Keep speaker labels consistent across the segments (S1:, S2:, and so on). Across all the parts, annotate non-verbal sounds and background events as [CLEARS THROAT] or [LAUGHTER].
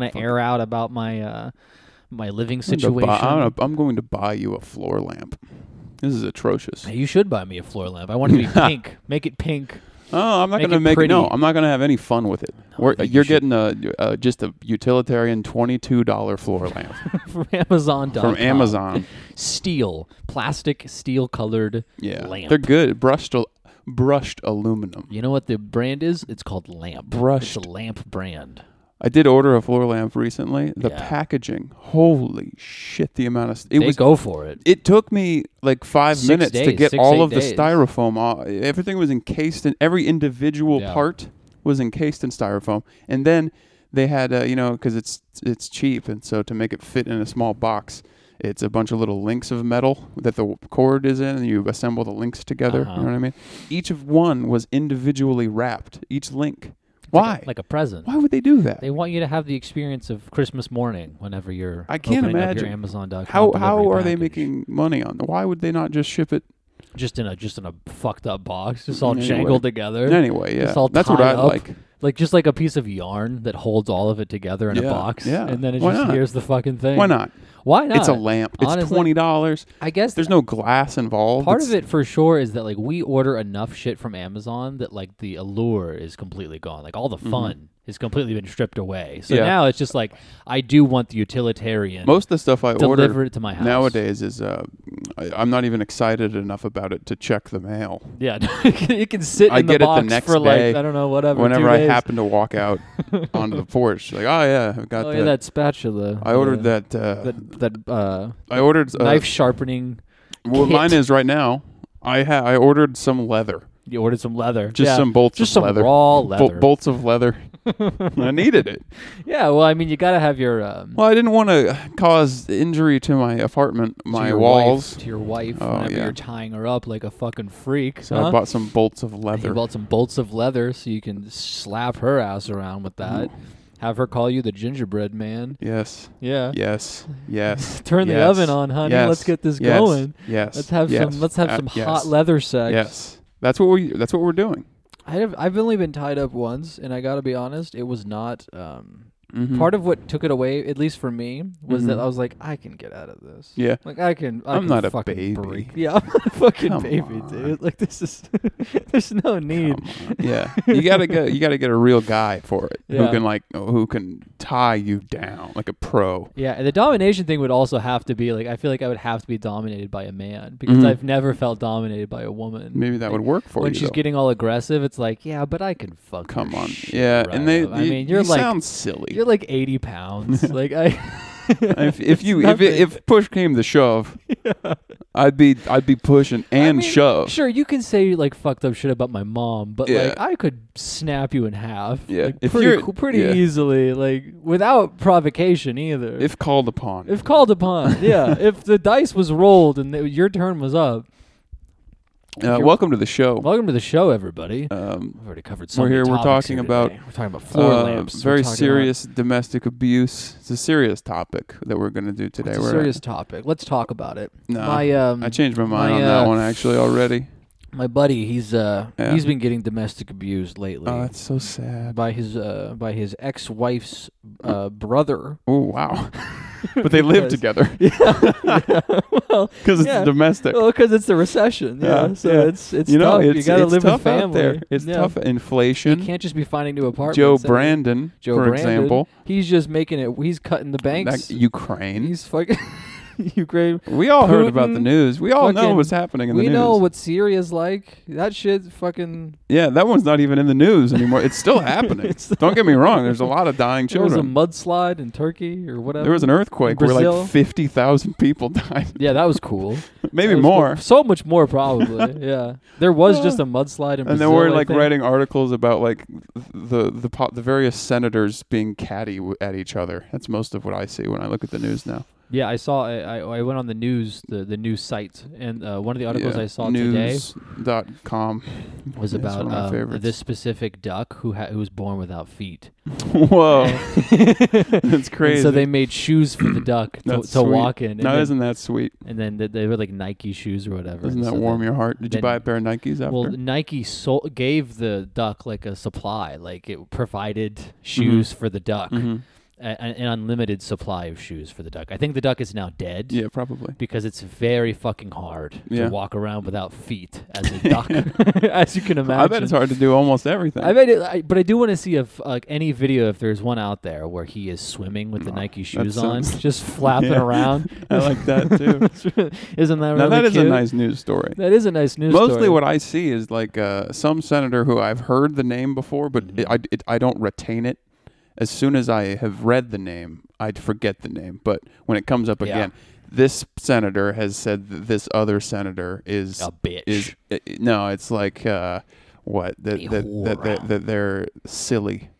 S1: want to air out about my uh, my living
S2: I'm gonna
S1: situation.
S2: buy- I'm, gonna- I'm going to buy you a floor lamp. This is atrocious.
S1: You should buy me a floor lamp. I want
S2: [LAUGHS]
S1: it to be pink. Make it pink. [LAUGHS]
S2: Oh, I'm not
S1: Make
S2: going to
S1: it
S2: make
S1: pretty.
S2: no. I'm not going to have any fun with it. We're,
S1: I think you
S2: you're
S1: should.
S2: getting a, uh just a utilitarian twenty-two dollar
S1: [LAUGHS]
S2: floor lamp
S1: from Amazon.
S2: from
S1: [LAUGHS]
S2: Amazon.
S1: Steel, plastic, steel colored
S2: Yeah,
S1: lamp.
S2: they're good. Brushed al- brushed aluminum.
S1: you know what the brand is? It's called Lamp.
S2: Brushed.
S1: It's a lamp brand.
S2: I did order a floor lamp recently. The
S1: Yeah.
S2: packaging, holy shit! The amount of it
S1: they
S2: was.
S1: go for it.
S2: It took me like five
S1: Six
S2: minutes to
S1: days,
S2: get
S1: six,
S2: all
S1: eight
S2: of
S1: days.
S2: the styrofoam. Off. Everything was encased in every individual
S1: Yeah.
S2: part was encased in styrofoam, and then they had uh, you know because it's it's cheap, and so to make it fit in a small box, it's a bunch of little links of metal that the cord is in, and you assemble the links together.
S1: Uh-huh.
S2: You know what I mean? Each of one was individually wrapped. Each link. Why?
S1: Like a, like a present.
S2: Why would they do that?
S1: They want you to have the experience of Christmas morning whenever you're.
S2: I can't
S1: opening Up
S2: imagine.
S1: your Amazon.com.
S2: how
S1: delivery
S2: how are they
S1: package.
S2: making money on? Why would they not just ship it
S1: just in a just in a fucked up box, just all
S2: Anyway.
S1: jangled together?
S2: anyway? Yeah,
S1: It's all
S2: that's what I
S1: tied up.
S2: like.
S1: like just like a piece of yarn that holds all of it together in a
S2: Yeah,
S1: box.
S2: yeah.
S1: And then it
S2: Why
S1: just
S2: not?
S1: here's the fucking thing.
S2: Why not?
S1: Why not?
S2: It's a lamp. It's
S1: Honestly,
S2: twenty dollars.
S1: I guess
S2: There's no glass involved.
S1: part
S2: It's-
S1: of it for sure is that like we order enough shit from Amazon that like the allure is completely gone. Like all the fun has completely been stripped away. So
S2: Mm-hmm. Yeah.
S1: now it's just like I do want the utilitarian
S2: Most of the stuff I
S1: deliver
S2: order
S1: it to my house.
S2: nowadays is uh, I, I'm not even excited enough about it to check the mail.
S1: Yeah. [LAUGHS] it can sit
S2: I
S1: in
S2: get
S1: the
S2: it the
S1: box
S2: next
S1: for
S2: day,
S1: like I don't know, whatever.
S2: Whenever
S1: two
S2: I
S1: days.
S2: happen to
S1: [LAUGHS]
S2: walk out onto the porch, like oh yeah, I've got
S1: Oh
S2: that.
S1: yeah, that spatula.
S2: I ordered
S1: Yeah.
S2: that. Uh,
S1: that that uh
S2: I ordered uh,
S1: knife sharpening
S2: Well,
S1: kit.
S2: mine is right now. I ha- I ordered some leather,
S1: You ordered some leather.
S2: just
S1: Yeah.
S2: some bolts
S1: Just some
S2: of leather,
S1: raw
S2: Bol-
S1: leather.
S2: bolts of
S1: [LAUGHS]
S2: leather. I needed it.
S1: Yeah, well, I mean, you got to have your um,
S2: Well, I didn't want to cause injury to my apartment,
S1: to
S2: my
S1: your
S2: walls.
S1: wife, to your wife
S2: Oh,
S1: whenever
S2: yeah.
S1: you're tying her up like a fucking freak.
S2: So
S1: huh?
S2: I bought some bolts of
S1: You
S2: leather.
S1: bought some bolts of leather so you can slap her ass around with that. Have her call you the gingerbread man.
S2: Yes.
S1: Yeah.
S2: Yes. Yes.
S1: [LAUGHS] Turn the
S2: yes,
S1: oven on, honey.
S2: yes,
S1: Let's get this
S2: yes,
S1: going.
S2: Yes.
S1: Let's have
S2: yes,
S1: some. Let's have
S2: uh,
S1: some
S2: yes,
S1: hot leather sex.
S2: Yes. That's what we. That's what we're doing.
S1: I have, I've only been tied up once, and I got to be honest, it was not. Um,
S2: Mhm.
S1: Part of what took it away, at least for me, was that
S2: Mhm.
S1: I was like, I can get out of this.
S2: Yeah.
S1: Like I can, I
S2: I'm
S1: can
S2: not a
S1: fucking
S2: baby.
S1: break. Yeah, I'm not a fucking
S2: Come
S1: baby, dude. Like this is, [LAUGHS] there's no need.
S2: Come on. Yeah. You gotta get. You gotta get a real guy for it
S1: Yeah.
S2: who can like who can tie you down like a pro.
S1: Yeah, and the domination thing would also have to be like, I feel like I would have to be dominated by a man because
S2: Mhm.
S1: I've never felt dominated by a woman.
S2: Maybe that
S1: Like,
S2: would work for
S1: when
S2: you.
S1: she's
S2: though.
S1: getting all aggressive, it's like, yeah, but I can fuck. your
S2: Come on.
S1: shit
S2: Yeah.
S1: right
S2: and they.
S1: up." I
S2: you-
S1: mean, you're
S2: you
S1: like,
S2: sound silly.
S1: you're like 80 pounds. like I,
S2: [LAUGHS]
S1: [LAUGHS]
S2: if, if you
S1: It's
S2: if, it,
S1: nothing.
S2: if push came
S1: [LAUGHS]
S2: to shove, I'd be I'd be pushing
S1: I
S2: and
S1: mean,
S2: shove.
S1: Sure, you can say like fucked up shit about my mom, but
S2: Yeah.
S1: like I could snap you in half.
S2: Yeah.
S1: like,
S2: If
S1: pretty
S2: you're-
S1: qu- pretty
S2: yeah.
S1: easily, like without provocation either.
S2: If called upon,
S1: If called
S2: [LAUGHS]
S1: upon, yeah. if the dice was rolled and th- your turn was up,
S2: uh,
S1: you're-
S2: welcome to the show.
S1: welcome to the show, everybody.
S2: Um,
S1: We've already covered. So
S2: we're
S1: many
S2: here- we're
S1: topics here
S2: talking about,
S1: today. We're talking about floor
S2: uh,
S1: lamps. We're
S2: Very
S1: talking about-
S2: serious domestic abuse. It's a serious topic that we're going to do today.
S1: It's a
S2: We're-
S1: serious topic. Let's talk about it.
S2: Nah,
S1: my um,
S2: I changed my mind
S1: my,
S2: on that
S1: uh,
S2: one actually already.
S1: my buddy, he's uh,
S2: Yeah.
S1: he's been getting domestic abused lately.
S2: Oh, that's
S1: [LAUGHS]
S2: so sad.
S1: by his uh, by his ex wife's uh,
S2: [LAUGHS]
S1: brother.
S2: Oh
S1: [LAUGHS]
S2: wow. but they live
S1: Because-
S2: together [LAUGHS]
S1: well,
S2: because it's
S1: Yeah.
S2: domestic.
S1: well, because it's the recession. Yeah,
S2: Yeah,
S1: so
S2: yeah.
S1: it's it's
S2: you know,
S1: tough.
S2: it's,
S1: you gotta
S2: it's
S1: live
S2: tough
S1: with family.
S2: out there. It's
S1: Yeah.
S2: tough.
S1: You
S2: Inflation.
S1: can't just be finding new apartments.
S2: Joe
S1: I mean,
S2: Brandon,
S1: Joe
S2: for
S1: Brandon,
S2: example,
S1: He's just making it. He's cutting the banks.
S2: that- Ukraine.
S1: he's [LAUGHS] fucking Ukraine.
S2: We all heard about the
S1: Putin,
S2: news. We all know
S1: fucking-
S2: what's happening in the
S1: We
S2: news.
S1: know what Syria's like. That shit, fucking.
S2: yeah, that one's not even in the news anymore. It's
S1: [LAUGHS]
S2: still happening.
S1: It's-
S2: Don't get me wrong. There's a lot of dying
S1: There was a
S2: children.
S1: mudslide in Turkey or whatever.
S2: There was an earthquake where
S1: Brazil.
S2: like 50,000 people [LAUGHS] died.
S1: yeah, that was cool.
S2: Maybe
S1: That was
S2: more.
S1: cool. So much more, probably. [LAUGHS] yeah, there was
S2: [LAUGHS]
S1: just a mudslide in Brazil.
S2: And then we're
S1: I
S2: like
S1: think.
S2: writing articles about like the the po- the various senators being catty w- at each other. That's most of what I see when I look at the news now.
S1: Yeah, I saw. I, I, I went on the news, the, the news site, and uh, one of the articles
S2: yeah.
S1: I saw
S2: news dot com [LAUGHS]
S1: today was
S2: It's
S1: about
S2: one of my
S1: um,
S2: favorites.
S1: this specific duck who ha- who was born without feet.
S2: Whoa, that's
S1: [LAUGHS] And
S2: Oh, crazy.
S1: so they made shoes for the duck to,
S2: That's
S1: to
S2: sweet.
S1: walk in, and,
S2: now
S1: then,
S2: isn't that sweet?
S1: and then th- they were like Nike shoes or whatever.
S2: Doesn't
S1: and
S2: that
S1: so
S2: warm
S1: then-
S2: your heart? Did you
S1: then-
S2: buy a pair of Nikes after?
S1: Well, Nike sold, [LAUGHS]
S2: Mm-hmm.
S1: gave the duck like a supply, like it provided shoes for the duck.
S2: Mhm.
S1: a, a- an unlimited supply of shoes for the duck. I think the duck is now dead
S2: Yeah, probably.
S1: because it's very fucking hard
S2: Yeah.
S1: to walk around without feet as
S2: [LAUGHS]
S1: a duck, [LAUGHS] as you can imagine.
S2: I bet it's hard to do almost everything.
S1: I bet, it, I, but I do want to see if like any video, if there's one out there where he is swimming with the
S2: Oh,
S1: Nike
S2: that
S1: shoes on,
S2: sounds-
S1: [LAUGHS] just flapping
S2: [LAUGHS] Yeah.
S1: around.
S2: I like that too.
S1: [LAUGHS] Isn't that
S2: now
S1: really
S2: that is
S1: cute?
S2: a nice news story.
S1: That is a nice news
S2: Mostly
S1: story.
S2: what I see is like uh, some senator who I've heard the name before, but
S1: Mhm.
S2: I, it, I don't retain it. As soon as I have read the name, I'd forget the name. But when it comes up
S1: Yeah.
S2: again, this senator has said that this other senator is
S1: a bitch.
S2: is uh, no. It's like uh, what that
S1: A
S2: that, that, that
S1: whore.
S2: that they're silly.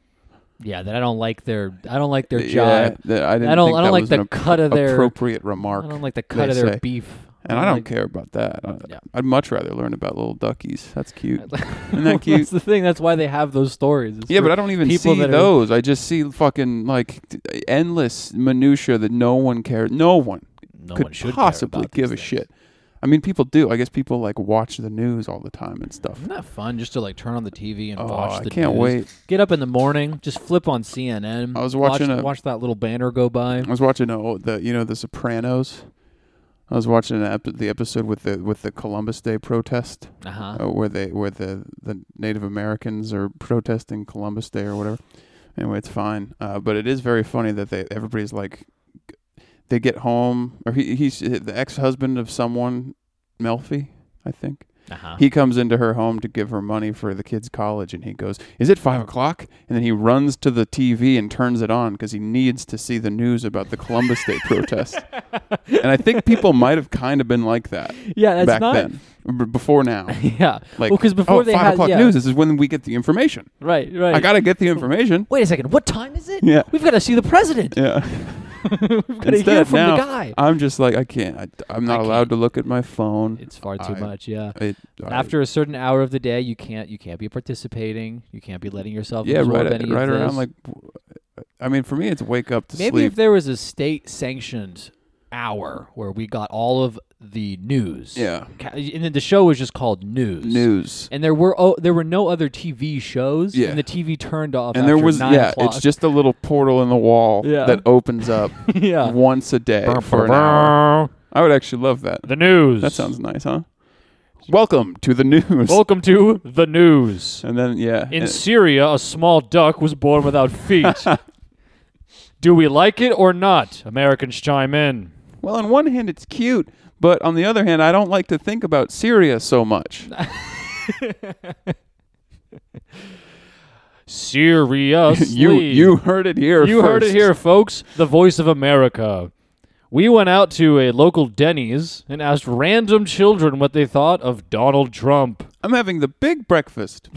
S1: yeah, that I don't like their I don't like their
S2: Yeah,
S1: job.
S2: that I, didn't
S1: don't-
S2: think
S1: I don't
S2: that
S1: like
S2: was
S1: the
S2: an
S1: cut of their-
S2: appropriate remark.
S1: I don't like the cut
S2: they
S1: of their
S2: say.
S1: beef.
S2: And I don't
S1: like-
S2: care about that. I,
S1: Yeah.
S2: I'd much rather learn about little duckies.
S1: [LAUGHS]
S2: That's cute. Isn't
S1: Well,
S2: that cute?
S1: That's the thing. That's why they have those stories. It's
S2: Yeah,
S1: for-
S2: but I don't even
S1: people
S2: see
S1: that are-
S2: those. I just see fucking like t- endless minutia that no one cares. No one
S1: no
S2: could
S1: one should care
S2: possibly
S1: about
S2: give
S1: these
S2: a
S1: things.
S2: shit. I mean, people do. I guess people like watch the news all the time and stuff.
S1: Isn't that fun? Just to like turn on the TV Mm-hmm. and
S2: Oh,
S1: watch
S2: I
S1: the
S2: can't
S1: news.
S2: wait.
S1: Get up in the morning, just flip on CNN.
S2: I was
S1: watch-
S2: watching
S1: watch,
S2: a-
S1: that little banner go
S2: [LAUGHS]
S1: by.
S2: I was watching uh, the you know the Sopranos. I was watching an ep- the episode with the with the Columbus Day protest
S1: Uh huh.
S2: uh, where they where the the Native Americans are protesting Columbus Day or whatever. Anyway, it's fine. Uh, but it is very funny that they everybody's like, they get home or he he's uh, the ex husband of someone, Melfi, I think.
S1: Uh huh.
S2: He comes into her home to give her money for the kids' college, and he goes, "Is it five o'clock?" And then he runs to the TV and turns it on because he needs to see the news about the Columbus
S1: [LAUGHS]
S2: Day protest. And I think people might have kind of been like that
S1: yeah, that's
S2: back
S1: not.
S2: then, b- before now.
S1: [LAUGHS] yeah.
S2: Like,
S1: well, because before
S2: oh,
S1: they
S2: five
S1: had
S2: o'clock
S1: yeah,
S2: news. This is when we get the information.
S1: Right. Right.
S2: I gotta get
S1: [LAUGHS]
S2: the information.
S1: Wait a second. What time is it?
S2: Yeah.
S1: We've got to see the president.
S2: Yeah.
S1: [LAUGHS] We've got to hear
S2: Instead
S1: from
S2: now,
S1: the guy.
S2: I'm just like I can't. I, I'm not
S1: I
S2: allowed
S1: can't.
S2: to look at my phone.
S1: It's far too
S2: I-
S1: much. Yeah.
S2: It, I-
S1: After a certain hour of the day, you can't you can't be participating. You can't be letting yourself
S2: yeah,
S1: absorb
S2: right,
S1: any
S2: right
S1: of this.
S2: around like. I mean, for me, it's wake up to
S1: Maybe
S2: sleep.
S1: if there was a state sanctioned hour where we got all of the news.
S2: yeah,
S1: Ca- And then the show was just called News.
S2: news.
S1: And there were oh, there were no other TV shows.
S2: Yeah.
S1: And the TV turned off.
S2: And there
S1: after
S2: was
S1: nine
S2: yeah,
S1: o'clock.
S2: it's just a little portal in the wall
S1: Yeah.
S2: that opens up
S1: [LAUGHS] yeah.
S2: once a day for an hour. I would actually love that.
S1: The news.
S2: That sounds nice, huh? Welcome to the news.
S1: Welcome to the news.
S2: and then yeah,
S1: In
S2: and-
S1: Syria, a small duck was born without
S2: [LAUGHS]
S1: feet. Do we like it or not? Americans chime in.
S2: Well, on one hand, it's cute, but on the other hand, I don't like to think about Syria so [LAUGHS] much.
S1: Syria.
S2: [LAUGHS] you you heard it here.
S1: You heard it
S2: first.
S1: here, folks. The voice of America. We went out to a local Denny's and asked random children what they thought of Donald Trump. [LAUGHS]
S2: I'm having the big breakfast.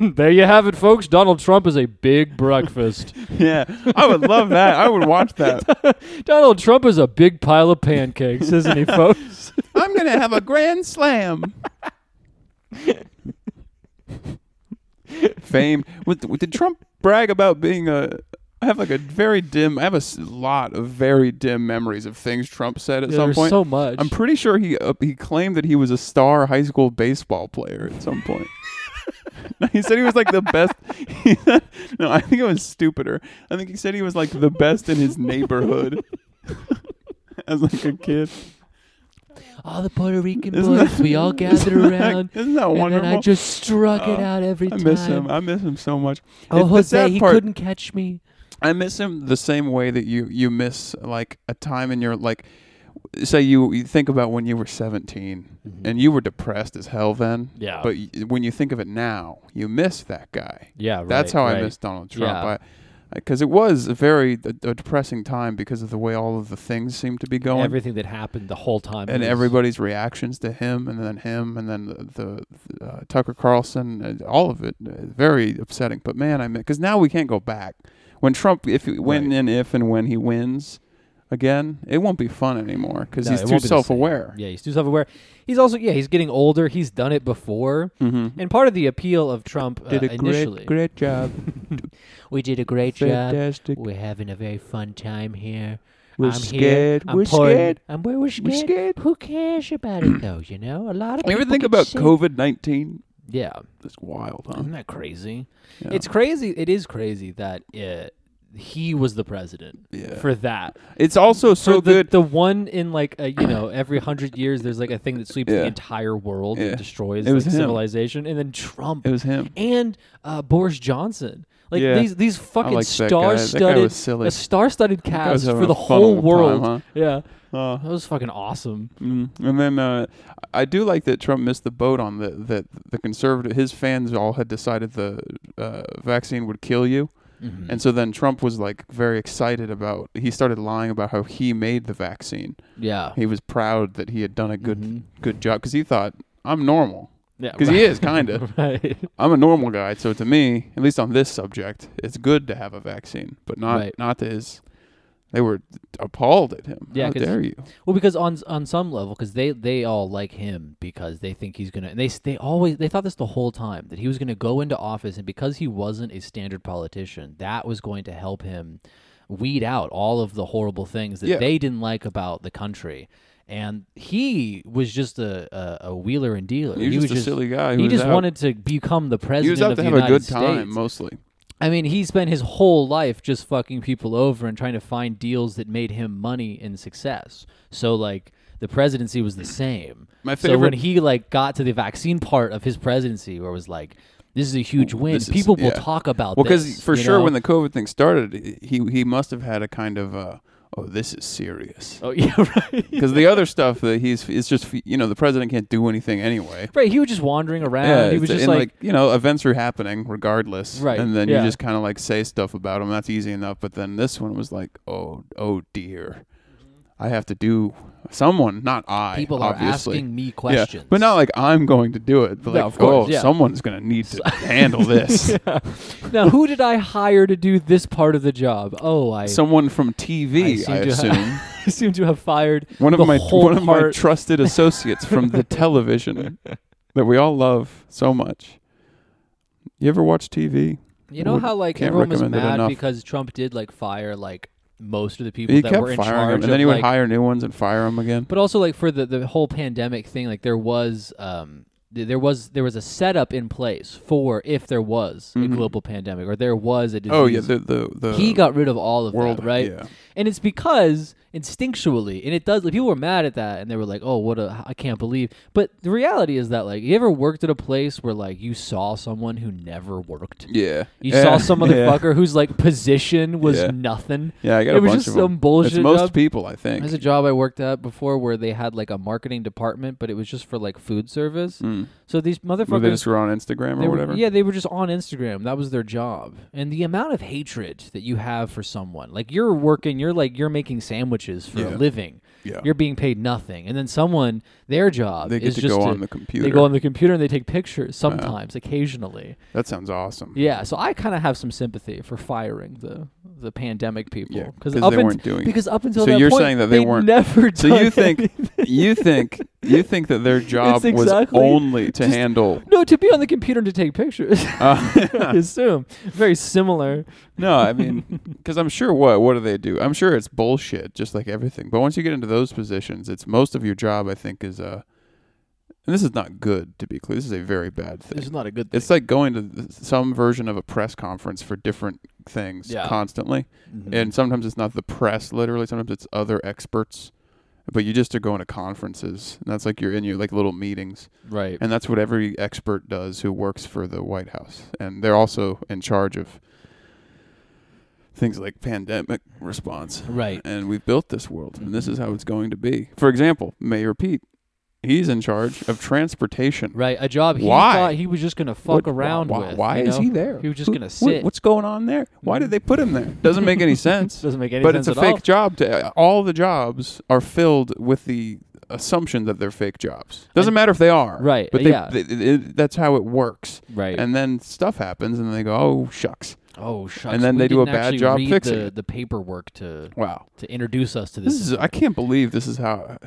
S1: there you have it, folks. Donald Trump is a big
S2: [LAUGHS]
S1: breakfast.
S2: [LAUGHS] yeah, I would love that. I would watch that.
S1: Donald Trump is a big pile of pancakes, isn't he,
S2: [LAUGHS]
S1: folks?
S2: [LAUGHS] I'm gonna have a grand slam. [LAUGHS] Fame. What- what- Did Trump brag about being a? I have like a very dim. I have a s- lot of very dim memories of things Trump said at
S1: Yeah,
S2: some
S1: there's
S2: point.
S1: so much.
S2: I'm pretty sure he uh, he claimed that he was a star high school baseball player at some
S1: [LAUGHS]
S2: point. [LAUGHS] No, he said he was like the best. [LAUGHS] no, I think it was stupider. I think he said he was like the best in his neighborhood [LAUGHS] as like a kid.
S1: all the Puerto Rican
S2: Isn't
S1: boys,
S2: that-
S1: we all gathered
S2: [LAUGHS] isn't that-
S1: around.
S2: Isn't that
S1: And then
S2: wonderful?
S1: I just struck it
S2: Oh,
S1: out every
S2: I
S1: time.
S2: miss him. I miss him so much.
S1: Oh,
S2: It- the
S1: Jose,
S2: sad
S1: he
S2: part-
S1: couldn't catch me.
S2: I miss him the same way that you you miss like a time in your like say you, you think about when you were 17 and you were depressed as hell then
S1: Yeah.
S2: but y- when you think of it now you miss that guy
S1: yeah, right,
S2: that's how i
S1: right.
S2: miss donald trump
S1: Yeah.
S2: I because it was a very a, a depressing time because of the way all of the things seemed to be going
S1: everything that happened the whole time.
S2: and
S1: was-
S2: everybody's reactions to him and then him and then the, the uh, Tucker Carlson and all of it uh, very upsetting but man I mean cuz now we can't go back when Trump if when
S1: Right.
S2: and if and when he wins again it won't be fun anymore cuz
S1: No, it
S2: he's too
S1: won't be the same.
S2: self-aware
S1: Yeah, he's too self-aware. He's also yeah, he's getting older. He's done it before,
S2: mm-hmm.
S1: and part of the appeal of Trump uh,
S2: did a
S1: initially,
S2: great great job
S1: we did a great job.
S2: fantastic
S1: We're having a very fun time here.
S2: we're
S1: I'm
S2: scared
S1: Here. I'm
S2: we're
S1: pouring-
S2: scared
S1: I'm we're, we're
S2: we're
S1: scared.
S2: scared
S1: Who cares about it though? You know, a lot of
S2: you
S1: people
S2: ever think
S1: get
S2: about
S1: sick.
S2: COVID-19
S1: Yeah,
S2: that's wild huh
S1: Mm-hmm. isn't that crazy?
S2: Yeah.
S1: It's crazy. It is crazy that uh, he was the president
S2: Yeah.
S1: for that.
S2: It's also so
S1: for the,
S2: good.
S1: The one in like a, you know every hundred years, there's like a thing that sweeps
S2: Yeah.
S1: the entire world
S2: Yeah.
S1: and destroys
S2: It was
S1: like,
S2: him.
S1: civilization, and then Trump
S2: it was him.
S1: and uh, Boris Johnson. Like
S2: Yeah.
S1: these these fucking
S2: liked that guy. That guy was
S1: star-studded,
S2: silly.
S1: a star-studded
S2: guy was
S1: cast
S2: having
S1: for
S2: a
S1: the
S2: fun
S1: whole
S2: old time,
S1: world.
S2: huh?
S1: Yeah,
S2: Uh,
S1: that was fucking awesome.
S2: Mm. And then uh, I do like that Trump missed the boat on the that the conservative his fans all had decided the uh, vaccine would kill you, and so then Trump was like very excited about he started lying about how he made the vaccine.
S1: yeah,
S2: He was proud that he had done a good
S1: Mhm.
S2: good job because he thought I'm normal
S1: yeah,
S2: because he is kind of
S1: [LAUGHS] right.
S2: I'm a normal guy. So to me, at least on this subject, it's good to have a vaccine, but not
S1: Right.
S2: not to his. They were appalled at him.
S1: Yeah,
S2: how
S1: 'cause-
S2: dare you?
S1: Well, because on on some level, because they they all like him because they think he's gonna. And they s- they always they thought this the whole time that he was gonna go into office, and because he wasn't a standard politician, that was going to help him weed out all of the horrible things that
S2: Yeah.
S1: they didn't like about the country. And he was just a a, a wheeler and dealer.
S2: He was, just a silly guy. who
S1: He
S2: was
S1: just
S2: out-
S1: wanted to become the president
S2: He was out
S1: of
S2: to
S1: the
S2: have a
S1: United
S2: good
S1: States.
S2: time mostly.
S1: I mean, he spent his whole life just fucking people over and trying to find deals that made him money and success. So like the presidency was the same.
S2: My
S1: So when
S2: favorite-
S1: he like got to the vaccine part of his presidency, where it was like, this is a huge win.
S2: this is-
S1: People will
S2: yeah.
S1: talk about
S2: Well,
S1: this.
S2: because for
S1: you
S2: sure
S1: know?
S2: when the COVID thing started, he he must have had a kind of uh, oh this is serious
S1: oh [LAUGHS] yeah right
S2: because the other stuff that he's it's just you know the president can't do anything anyway.
S1: right he was just wandering around. he
S2: it's-
S1: was just
S2: and,
S1: like,
S2: you know events are happening regardless,
S1: Right,
S2: And then
S1: yeah.
S2: you just kind of like say stuff about them. That's easy enough. But then this one was like oh oh dear, I have to do someone not I
S1: Mm-hmm. people are
S2: obviously.
S1: asking me
S2: Yeah,
S1: questions.
S2: but not like I'm going to do it. But
S1: No,
S2: like,
S1: of course,
S2: oh,
S1: yeah.
S2: someone's going to need to
S1: [LAUGHS]
S2: handle this.
S1: now who did I hire to do this part of the job? Oh, I
S2: Someone from TV,
S1: seem
S2: I,
S1: to have-
S2: assume.
S1: [LAUGHS] I [LAUGHS] seem to have fired
S2: one of
S1: the
S2: my
S1: whole
S2: one of my
S1: part-
S2: trusted associates from
S1: [LAUGHS]
S2: the television that we all love so much. You ever watch TV?
S1: You know
S2: Would-
S1: how like
S2: can't
S1: everyone was
S2: recommend it
S1: mad
S2: enough.
S1: because Trump did like fire like most of the people
S2: He
S1: that were
S2: kept
S1: in
S2: firing
S1: charge
S2: them, and then
S1: of,
S2: he would
S1: like-
S2: hire new ones and fire them again.
S1: but also like for the the whole pandemic thing like there was um th- there was there was a setup in place for if there was
S2: Mhm.
S1: a global pandemic or there was a disease.
S2: Oh yeah, the the, the
S1: he got rid of all of
S2: world
S1: that, right?
S2: Yeah.
S1: And it's because instinctually, and it does. Like, people were mad at that, and they were like, "Oh, what a! I can't believe." But the reality is that, like, you ever worked at a place where like you saw someone who never worked?
S2: Yeah.
S1: You
S2: yeah.
S1: saw some
S2: yeah.
S1: motherfucker whose like position was
S2: Yeah.
S1: nothing.
S2: Yeah, I got
S1: it
S2: a
S1: was
S2: bunch
S1: just
S2: of
S1: some
S2: them.
S1: bullshit
S2: It's most
S1: job.
S2: people, I think.
S1: There's a job I worked at before where they had like a marketing department, but it was just for like food service.
S2: Mm.
S1: So these
S2: Were
S1: motherfuckers,
S2: they just were on Instagram or
S1: they were-
S2: whatever?
S1: yeah, they were just on Instagram. That was their job. And the amount of hatred that you have for someone, like you're working, you're like you're making sandwiches for a
S2: Yeah.
S1: living.
S2: Yeah.
S1: You're being paid nothing, and then someone, their job
S2: They get
S1: is
S2: to
S1: just
S2: go
S1: to,
S2: on the computer.
S1: they go on the computer and they take pictures sometimes, occasionally.
S2: that sounds awesome.
S1: Yeah, so I kind of have some sympathy for firing the the pandemic people
S2: Yeah,
S1: because
S2: 'cause
S1: up
S2: they
S1: unt-
S2: weren't doing it.
S1: because up until
S2: So
S1: that
S2: you're
S1: point,
S2: saying that they weren't-
S1: never.
S2: So
S1: done
S2: you think-
S1: anything.
S2: [LAUGHS]
S1: [LAUGHS]
S2: you think you think that their job
S1: exactly-
S2: was only to
S1: just- [LAUGHS]
S2: handle
S1: no to be on the computer and to take
S2: [LAUGHS]
S1: pictures? I
S2: uh,
S1: assume very similar.
S2: no i mean
S1: [LAUGHS]
S2: because i'm sure what what do they do i'm sure it's bullshit just like everything but once you get into those positions it's most of your job i think is uh and this is not good to be clear this is a very bad thing
S1: This is not a good. Thing.
S2: it's like going to th- some version of a press conference for different things
S1: Yeah.
S2: constantly
S1: Mhm.
S2: and sometimes it's not the press literally sometimes it's other experts but you just are going to conferences and that's like you're in your like little meetings
S1: right.
S2: And that's what every expert does who works for the White House. And they're also in charge of things like pandemic response.
S1: Right.
S2: And we've built this world, and this is how it's going to be. For example, Mayor Pete, he's in charge of transportation.
S1: Right. A job he
S2: Why?
S1: thought he was just gonna fuck
S2: What-
S1: around
S2: why,
S1: with.
S2: Why
S1: you
S2: is
S1: know?
S2: he there?
S1: He was just
S2: Who-
S1: gonna
S2: what-
S1: sit.
S2: what's going on there? Why did they put him there? Doesn't make any sense.
S1: [LAUGHS] Doesn't make any
S2: but
S1: sense
S2: it's a
S1: at
S2: fake
S1: all.
S2: job. To, all the jobs are filled with the assumption that they're fake jobs. Doesn't
S1: And-
S2: matter if they are.
S1: Right,
S2: But they,
S1: yeah.
S2: they- it- it- that's how it works.
S1: Right.
S2: And then stuff happens, and they go, "Oh shucks,
S1: oh shucks.
S2: and then
S1: we
S2: they do a
S1: didn't
S2: bad
S1: actually
S2: job
S1: read
S2: fixing
S1: the,
S2: it.
S1: the paperwork to
S2: wow,
S1: to introduce us to this.
S2: this is I can't believe this is how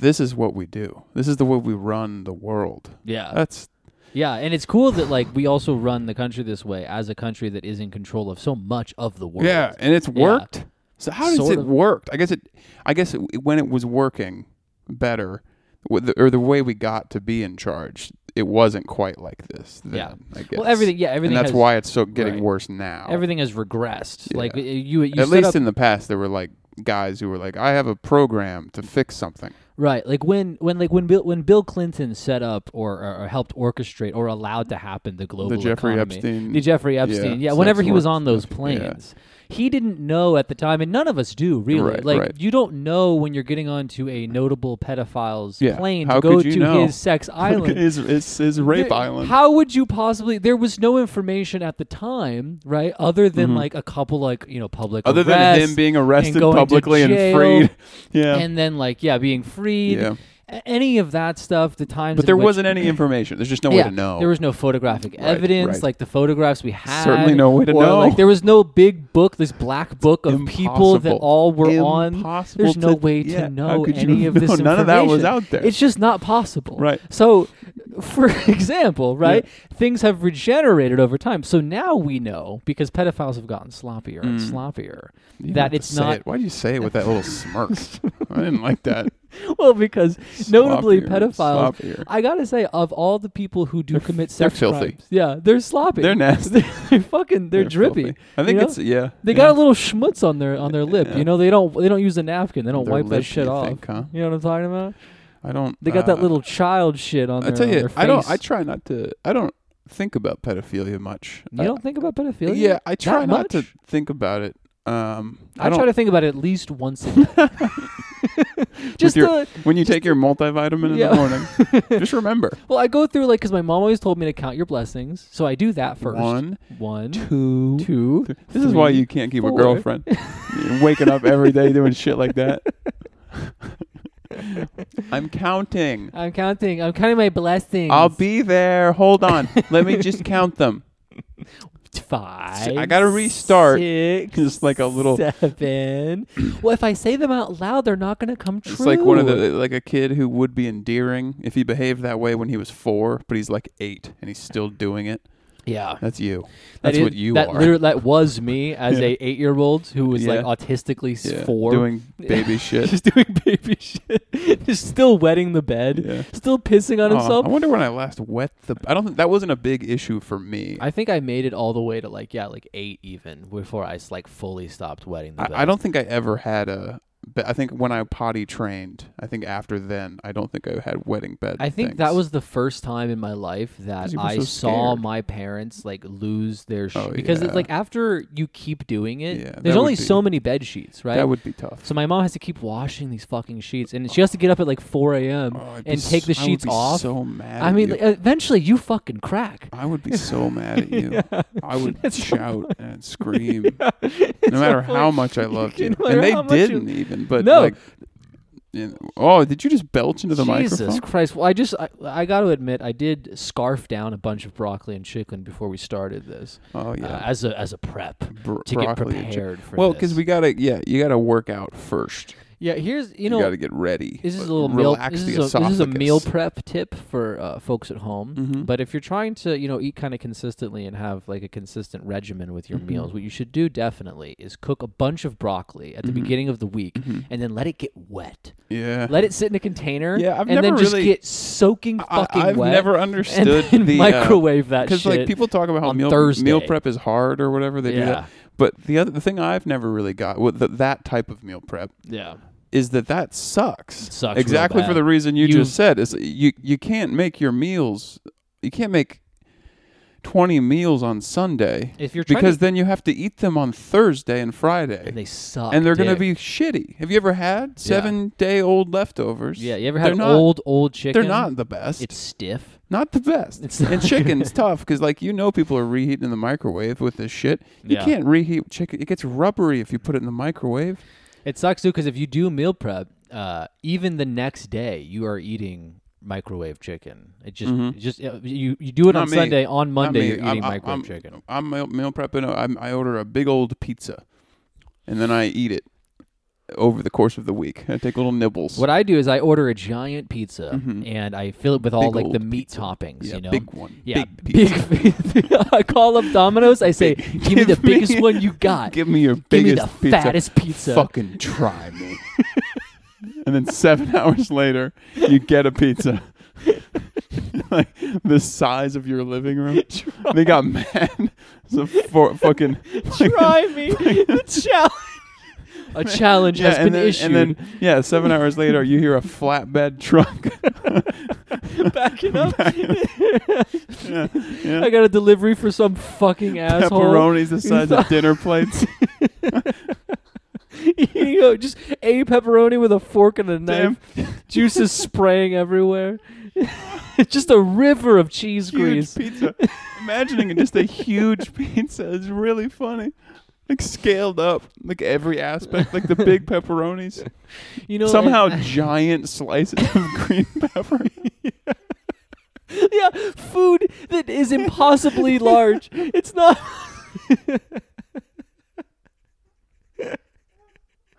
S2: this is what we do. This is the way we run the world.
S1: yeah.
S2: That's
S1: Yeah, and it's cool that like we also run the country this way as a country that is in control of so much of the world.
S2: yeah, and it's worked. So how does
S1: Sort
S2: it
S1: of.
S2: work? I guess it. I guess it, when it was working better, with the, or the way we got to be in charge, it wasn't quite like this. Then,
S1: Yeah.
S2: I guess.
S1: Well, everything. Yeah, everything.
S2: and that's
S1: has,
S2: why it's so getting
S1: right.
S2: worse now.
S1: everything has regressed.
S2: Yeah.
S1: Like uh, you, you set
S2: At least
S1: up-
S2: in the past, there were like guys who were like, "I have a program to fix something."
S1: Right, like when when like when Bill when Bill Clinton set up or, or, or helped orchestrate or allowed to happen the global
S2: the Jeffrey
S1: economy.
S2: Epstein.
S1: the Jeffrey Epstein, yeah.
S2: so
S1: whenever
S2: that's
S1: he was
S2: what-
S1: on those
S2: yeah.
S1: planes, he didn't know at the time, and none of us do really.
S2: Right,
S1: like
S2: right.
S1: you don't know when you're getting onto a notable pedophile's
S2: Yeah,
S1: plane
S2: how
S1: to go
S2: could you
S1: to
S2: know?
S1: his
S2: [LAUGHS]
S1: sex island.
S2: is is is rape
S1: There-
S2: island.
S1: How would you possibly? There was no information at the time, right? Other than like a couple, like you know, public
S2: Mm-hmm. Other than
S1: arrests
S2: him being
S1: and
S2: arrested
S1: going to
S2: publicly and
S1: jail, [LAUGHS]
S2: freed, [LAUGHS] yeah,
S1: and then like yeah, being freed,
S2: Yeah.
S1: A- any of that stuff. The times,
S2: but
S1: in
S2: there
S1: which-
S2: wasn't any information. There's just no way to know.
S1: There was no photographic
S2: Right,
S1: evidence,
S2: right.
S1: like the photographs we had.
S2: Certainly no way to
S1: or,
S2: know.
S1: Like there was no big book, this black book of people that
S2: Impossible.
S1: all were on.
S2: Impossible
S1: There's no
S2: to-
S1: way
S2: yeah, how
S1: to know
S2: could you
S1: any of this
S2: [LAUGHS] know?
S1: information.
S2: None of that was out there.
S1: It's just not possible.
S2: Right.
S1: So, for [LAUGHS] example, right, things have regenerated over time. So now we know because pedophiles have gotten sloppier and
S2: Mm.
S1: sloppier [LAUGHS]
S2: You
S1: that
S2: have to
S1: it's
S2: say
S1: not
S2: it. Why do you say it with that
S1: [LAUGHS]
S2: little smirk? I didn't like that.
S1: well because notably
S2: Sloppier,
S1: pedophiles.
S2: sloppier.
S1: I gotta say, of all the people who do commit
S2: they're
S1: sex
S2: filthy.
S1: crimes, yeah, they're sloppy.
S2: They're nasty.
S1: [LAUGHS] they're fucking they're, drippy.
S2: filthy. I think
S1: know?
S2: it's yeah.
S1: They
S2: yeah.
S1: got a little schmutz on their on their lip.
S2: Yeah.
S1: You know, they don't they don't use a napkin. They don't
S2: Their
S1: wipe
S2: lip,
S1: that shit
S2: you
S1: off.
S2: think, huh?
S1: You know what I'm talking about?
S2: I don't.
S1: They got that
S2: uh,
S1: little child shit on
S2: I
S1: their,
S2: tell
S1: on
S2: you,
S1: their face.
S2: I don't. I try not to. I don't think about pedophilia much.
S1: you don't think about pedophilia?
S2: Yeah, I try
S1: That
S2: not to
S1: much?
S2: think about it. Um,
S1: I,
S2: I, don't.
S1: try to think about it at least once
S2: [LAUGHS]
S1: a day. [LAUGHS] just
S2: your-
S1: to,
S2: when you take your multivitamin in
S1: Yeah.
S2: the
S1: [LAUGHS]
S2: morning, just remember
S1: well, I go through like because my mom always told me to count your blessings, so I do that first.
S2: one,
S1: One,
S2: two,
S1: two.
S2: This is why
S1: three,
S2: you can't keep a
S1: four.
S2: girlfriend. You're waking up every day doing shit
S1: [LAUGHS]
S2: like that. I'm counting.
S1: I'm counting. I'm counting my blessings.
S2: I'll be there. Hold on. Let me just count them.
S1: five.
S2: I gotta restart.
S1: Six,
S2: Just like a little-
S1: seven.
S2: [CLEARS THROAT]
S1: well, if I say them out loud, they're not gonna come true.
S2: It's like one of the like a kid who would be endearing if he behaved that way when he was four, but he's like eight and he's still doing it.
S1: yeah.
S2: That's you.
S1: That
S2: That's
S1: is-
S2: what you
S1: that
S2: are.
S1: liter- that was
S2: [LAUGHS]
S1: me as a eight year old who was like
S2: Yeah.
S1: autistically s-
S2: Yeah,
S1: four, [LAUGHS]
S2: doing baby shit.
S1: just doing baby shit, [LAUGHS] just still wetting the bed,
S2: Yeah.
S1: still pissing on
S2: Aw,
S1: himself.
S2: I wonder when I last wet the. I don't think that wasn't a big issue for me.
S1: I think I made it all the way to like yeah, like eight even before I s- like fully stopped wetting the bed.
S2: I, I don't think I ever had a. But I think when I potty trained, I think after then, I don't think I had wedding bed.
S1: I think
S2: things.
S1: that was the first time in my life
S2: 'Cause
S1: that
S2: you were
S1: I
S2: so
S1: saw
S2: scared.
S1: my parents like lose their sh-
S2: Oh,
S1: because
S2: yeah.
S1: it's like after you keep doing it,
S2: Yeah, that
S1: there's
S2: would
S1: only
S2: be-
S1: so many bed sheets, right?
S2: that would be tough.
S1: so my mom has to keep washing these fucking sheets, and she has to get up at like 4 a.m.
S2: Oh, I'd be
S1: and take the
S2: s- I would
S1: sheets
S2: be
S1: off.
S2: So mad.
S1: I
S2: at
S1: mean,
S2: you.
S1: like, eventually you fucking crack.
S2: I
S1: [LAUGHS]
S2: would be so mad at you. I would shout
S1: [LAUGHS]
S2: and scream, no
S1: It's
S2: matter
S1: like-
S2: how much I loved you.
S1: No matter
S2: and they
S1: how much you-
S2: didn't even. But
S1: No.
S2: like, you know- oh, did you just belch into the
S1: Jesus
S2: microphone?
S1: Christ! Well, I just I, I got to admit I did scarf down a bunch of broccoli and chicken before we started this
S2: Oh
S1: uh,
S2: yeah,
S1: as a as a prep
S2: Bro-
S1: to get
S2: broccoli and chi-
S1: prepared for
S2: Well,
S1: because
S2: because we gotta yeah, you gotta work out first.
S1: yeah here's you
S2: You,
S1: know
S2: gotta get ready.
S1: This is a
S2: But
S1: little meal.
S2: relax
S1: This
S2: the
S1: is a, this is a
S2: esophagus.
S1: meal prep tip for uh, folks at home.
S2: Mhm.
S1: But if you're trying to, you know, eat kind of consistently and have like a consistent regimen with
S2: Mm-hmm.
S1: your meals, what you should do definitely is cook a bunch of broccoli at the
S2: Mm-hmm.
S1: beginning of the week and then let it get
S2: [LAUGHS]
S1: wet.
S2: Yeah.
S1: Let it sit in a container.
S2: Yeah, I've
S1: and then
S2: never
S1: just
S2: really-
S1: get soaking
S2: I,
S1: fucking
S2: I've
S1: wet.
S2: never
S1: and
S2: understood
S1: then
S2: the
S1: microwave that shit.
S2: because like people talk about how
S1: on
S2: meal
S1: Thursday.
S2: meal prep is hard or whatever they do
S1: Yeah.
S2: that. But the other the thing I've never really got with the, that type of meal prep
S1: yeah,
S2: is that that sucks.
S1: sucks real
S2: exactly for
S1: bad.
S2: the reason you,
S1: You-
S2: just said is you you can't make your meals you can't make twenty meals on Sunday
S1: if you're trying
S2: because
S1: to,
S2: then you have to eat them on Thursday and Friday.
S1: and they suck
S2: and they're going to
S1: dick.
S2: be shitty. Have you ever had seven day old leftovers?
S1: yeah. You ever
S2: They're
S1: had
S2: not-
S1: old old chicken?
S2: They're not the best.
S1: It's stiff.
S2: not the best.
S1: It's
S2: and
S1: [LAUGHS] not
S2: chicken's tough because, like, you know, people are reheating in the microwave with this shit. You
S1: Yeah.
S2: can't reheat chicken. It gets rubbery if you put it in the microwave.
S1: It sucks too because if you do meal prep, uh, even the next day you are eating microwave chicken. It just,
S2: Mhm.
S1: it just uh, you you do it
S2: Not
S1: on
S2: me.
S1: Sunday. On
S2: Not
S1: Monday
S2: me.
S1: you're eating
S2: I'm,
S1: microwave
S2: I'm,
S1: chicken.
S2: I'm meal, meal prepping. I'm, I order a big old pizza, and then I eat it over the course of the week. I take little nibbles.
S1: What I do is I order a giant pizza
S2: Mhm.
S1: and I fill it with all
S2: Big
S1: like the
S2: old
S1: meat
S2: pizza.
S1: toppings.
S2: yeah,
S1: you know.
S2: big one.
S1: yeah,
S2: big
S1: [LAUGHS]
S2: pizza.
S1: big- [LAUGHS] I call up Domino's. I say, "Give me the
S2: Give me-
S1: biggest one you got.
S2: [LAUGHS] Give me your
S1: Give me
S2: biggest
S1: the
S2: pizza.
S1: fattest pizza."
S2: Fucking try me. [LAUGHS] and then seven hours later, you get a pizza. [LAUGHS] like the size of your living
S1: [LAUGHS]
S2: room. They got mad. [LAUGHS] It's a for, fucking [LAUGHS]
S3: Try
S1: [LAUGHS]
S3: me. the challenge.
S1: A challenge has
S2: and
S1: been
S2: then,
S1: issued.
S2: And then
S1: [LAUGHS]
S2: yeah, seven hours later, you hear a flatbed truck.
S3: Backing up.
S2: yeah, yeah.
S1: I got [LAUGHS] a delivery for some fucking asshole. [LAUGHS]
S2: Pepperonis the size of
S1: thought- [LAUGHS]
S2: dinner plates.
S1: you know, just a pepperoni with a fork and a knife.
S2: Damn.
S1: Juice is spraying everywhere. [LAUGHS] just a river of cheese
S2: huge
S1: grease.
S2: pizza. Imagining just a
S1: [LAUGHS]
S2: huge pizza is really funny. Like scaled up, like every aspect, like the big pepperonis.
S1: [LAUGHS] You know, and-
S2: Somehow, giant slices of [LAUGHS] green pepper.
S1: [LAUGHS]
S2: [LAUGHS]
S1: yeah, food that is impossibly large. It's not. [LAUGHS]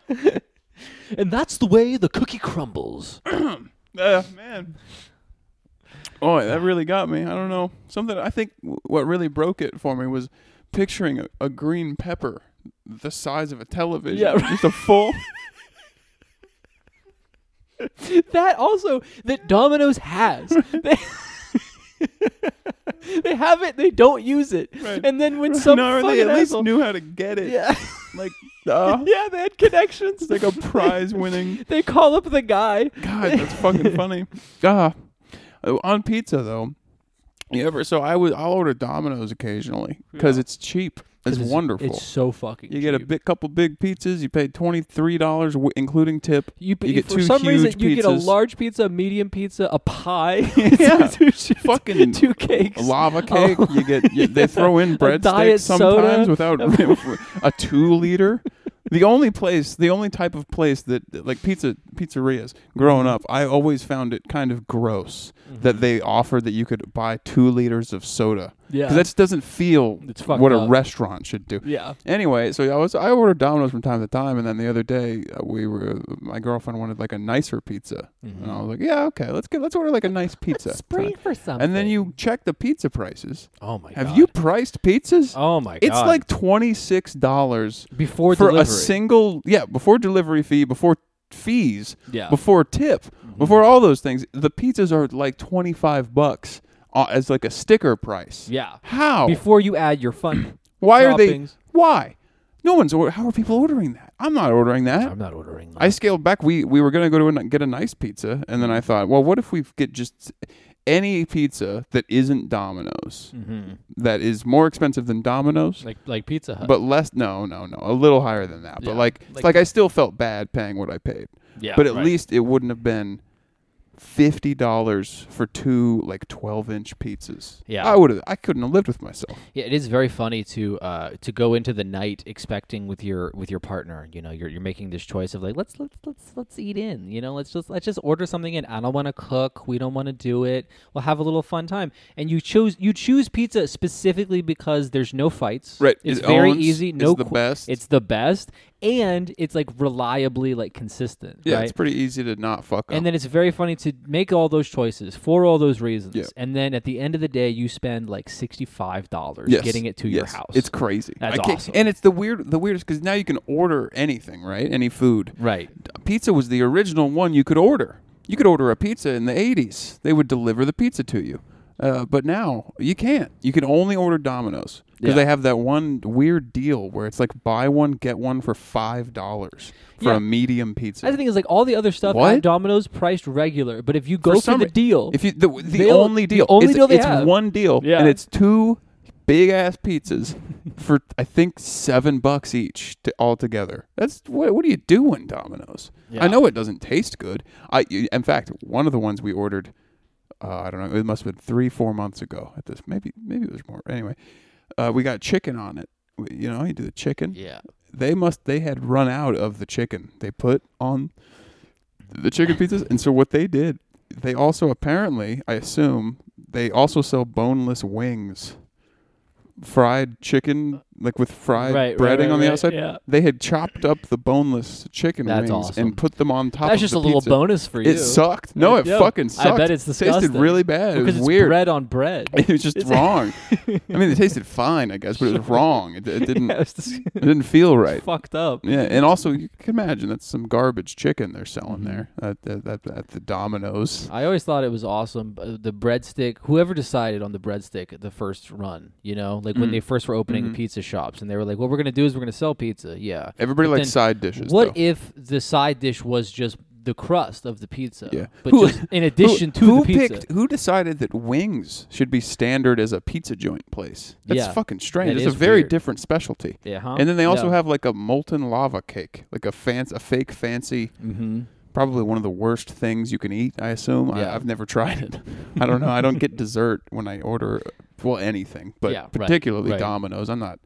S1: and that's the way the cookie crumbles.
S2: Uh, man. Oh, that really got me. I don't know. Something I think w- what really broke it for me was picturing a, a green pepper the size of a television.
S1: Yeah, [LAUGHS] right.
S2: Just a full.
S1: [LAUGHS] that also that Domino's [LAUGHS] has. they, they have it. They don't use it.
S2: Right.
S1: And then [LAUGHS] when
S2: [LAUGHS]
S1: some
S2: no,
S1: fucking
S2: they at least
S1: asshole-
S2: knew how to get it.
S1: [LAUGHS] yeah,
S2: Like, uh,
S1: yeah, they had connections.
S2: it's like [LAUGHS] a prize winning
S1: [LAUGHS] they call up the guy.
S2: God, that's fucking [LAUGHS] funny. Ah, uh, on pizza though, you ever? So I would. I'll order Domino's occasionally because it's cheap. It's, wonderful.
S1: It's so fucking.
S2: you get a
S1: cheap.
S2: big couple big pizzas. You pay twenty three dollars w- including [LAUGHS] tip.
S1: You,
S2: you get
S1: for
S2: two
S1: some reason
S2: huge
S1: you get a
S2: pizzas.
S1: large pizza, a medium pizza, a pie,
S2: [LAUGHS]
S1: [LAUGHS]
S2: Yeah.
S1: two, shits,
S2: [LAUGHS]
S1: [LAUGHS]
S2: Fucking
S1: two cakes.
S2: lava
S1: [LAUGHS]
S2: cake.
S1: Oh,
S2: you get.
S1: [LAUGHS]
S2: You, They throw in breadsticks
S1: diet soda. [LAUGHS]
S2: sometimes without a two liter. The only place, the only type of place that like pizza pizzerias. Growing
S1: Mm-hmm.
S2: up, I always found it kind of gross that they offered that you could buy two liters of soda.
S1: Yeah,
S2: because that just doesn't feel
S1: It's fucked
S2: what a
S1: up.
S2: restaurant should do.
S1: yeah.
S2: Anyway, so I was I ordered Domino's from time to time, and then the other day uh, we were my girlfriend wanted like a nicer pizza, and I was like, yeah, okay, let's get let's order like a nice pizza.
S1: Mm-hmm. Spray for something.
S2: And then you check the pizza prices.
S1: Oh my god.
S2: Have you priced pizzas?
S1: Oh my god.
S2: it's like twenty six dollars
S1: before
S2: for
S1: delivery.
S2: a single yeah before delivery fee before fees
S1: yeah. Mm-hmm.
S2: before tip before all those things. The pizzas are like twenty five bucks uh, as like a sticker price.
S1: yeah.
S2: How?
S1: Before you add your fun.
S2: Why are they?
S1: Toppings.
S2: Why? No one's. Or- how are people ordering that? I'm not ordering that.
S1: I'm not ordering. That.
S2: I scaled back. We we were gonna go to a, get a nice pizza, and
S1: Mm-hmm.
S2: then I thought, well, what if we get just any pizza that isn't Domino's
S1: Mhm.
S2: that is more expensive than Domino's,
S1: like like Pizza Hut.
S2: but less? No, no, no, a little higher than that.
S1: Uh-huh. Yeah.
S2: But like, it's
S1: Like-
S2: like I still felt bad paying what I paid,
S1: yeah,
S2: but at
S1: right.
S2: least it wouldn't have been. Fifty dollars for two like twelve inch pizzas.
S1: Yeah.
S2: I would have. I couldn't have lived with myself.
S1: Yeah, it is very funny to uh, to go into the night expecting with your with your partner. You know, you're you're making this choice of like let's let's let's let's eat in. You know, let's just let's just order something in. I don't want to cook. We don't want to do it. We'll have a little fun time. And you chose you choose pizza specifically because there's no fights.
S2: Right.
S1: It's
S2: It
S1: very
S2: owns,
S1: easy.
S2: it's
S1: No,
S2: the
S1: qu-
S2: best.
S1: It's the best, and it's like reliably like consistent.
S2: Yeah,
S1: right?
S2: it's pretty easy to not fuck up.
S1: And then it's very funny to make all those choices for all those reasons.
S2: Yeah.
S1: And then at the end of the day, you spend like $65
S2: Yes,
S1: getting it to your
S2: yes.
S1: house.
S2: It's crazy.
S1: That's
S2: I can't-
S1: awesome.
S2: And it's the weird, the weirdest because now you can order anything, right? Any food.
S1: right.
S2: Pizza was the original one you could order. You could order a pizza in the '80s. They would deliver the pizza to you. Uh, but now you can't. You can only order Domino's because
S1: Yeah.
S2: they have that one weird deal where it's like buy one get one for five dollars for
S1: Yeah.
S2: a medium pizza.
S1: That's the thing is like all the other stuff
S2: What?
S1: at Domino's priced regular, but if you go
S2: for
S1: for,
S2: some
S1: the
S2: re-
S1: deal,
S2: If you the, the
S1: They'll-
S2: only
S1: the
S2: deal,
S1: only
S2: it's,
S1: deal they
S2: it's
S1: have.
S2: one deal,
S1: Yeah.
S2: and it's two big ass pizzas for I think seven bucks each to, all together. That's what what are you doing, Domino's?
S1: Yeah.
S2: I know it doesn't taste good. I in fact one of the ones we ordered, uh, I don't know, it must have been three four months ago at this. Maybe maybe it was more. Anyway, uh, we got chicken on it. We- You know, you do the chicken
S1: yeah.
S2: they must they had run out of the chicken they put on the chicken pizzas and so what they did they also apparently i assume they also sell boneless wings fried chicken, like with fried
S1: Right, right,
S2: breading
S1: right,
S2: on the
S1: right,
S2: outside.
S3: yeah.
S2: They had chopped up the boneless chicken
S1: That's
S2: wings
S1: awesome.
S2: and put them on top.
S1: That's
S2: of
S1: just
S2: the
S1: a little
S2: pizza.
S1: bonus for you.
S2: It sucked. No, it
S1: Yeah.
S2: fucking
S1: I
S2: sucked.
S1: bet it's
S2: tasted
S1: disgusting.
S2: really bad.
S1: because
S2: it
S1: it's
S2: was weird.
S1: bread on bread.
S2: [LAUGHS] It
S1: [LAUGHS]
S2: was just
S1: It's-
S2: wrong. I mean, it tasted fine, I guess, but
S1: [LAUGHS]
S2: it was wrong. It, it didn't.
S1: Yeah, it's
S2: [LAUGHS]
S1: just-
S2: It didn't feel right.
S1: fucked up.
S2: Yeah, and also you can imagine that's some garbage chicken they're selling
S1: Mhm.
S2: there at, at, at, at the Domino's.
S1: I always thought it was awesome. uh, The breadstick, whoever decided on the breadstick at the first run, you know, like when
S2: Mm.
S1: they first were opening
S2: Mhm.
S1: pizza shops and they were like, what we're going to do is we're going to sell pizza. Yeah.
S2: Everybody
S1: But
S2: likes
S1: then
S2: side dishes.
S1: What
S2: though.
S1: if the side dish was just the crust of the pizza?
S2: Yeah.
S1: But
S2: [LAUGHS] Who-
S1: just in addition to
S2: who
S1: the pizza.
S2: picked who decided that wings should be standard as a pizza joint place? That's
S1: Yeah.
S2: fucking strange.
S1: That
S2: it's a
S1: is
S2: very
S1: weird.
S2: different specialty.
S1: Yeah, huh?
S2: And then they also
S1: No.
S2: have like a molten lava cake, like a fancy, a fake fancy,
S1: Mhm.
S2: probably one of the worst things you can eat. I assume. I,
S1: Yeah.
S2: I've never tried it. I don't know. I don't get dessert when I order, well, anything, but
S1: Yeah, right,
S2: particularly
S1: right.
S2: Domino's. I'm not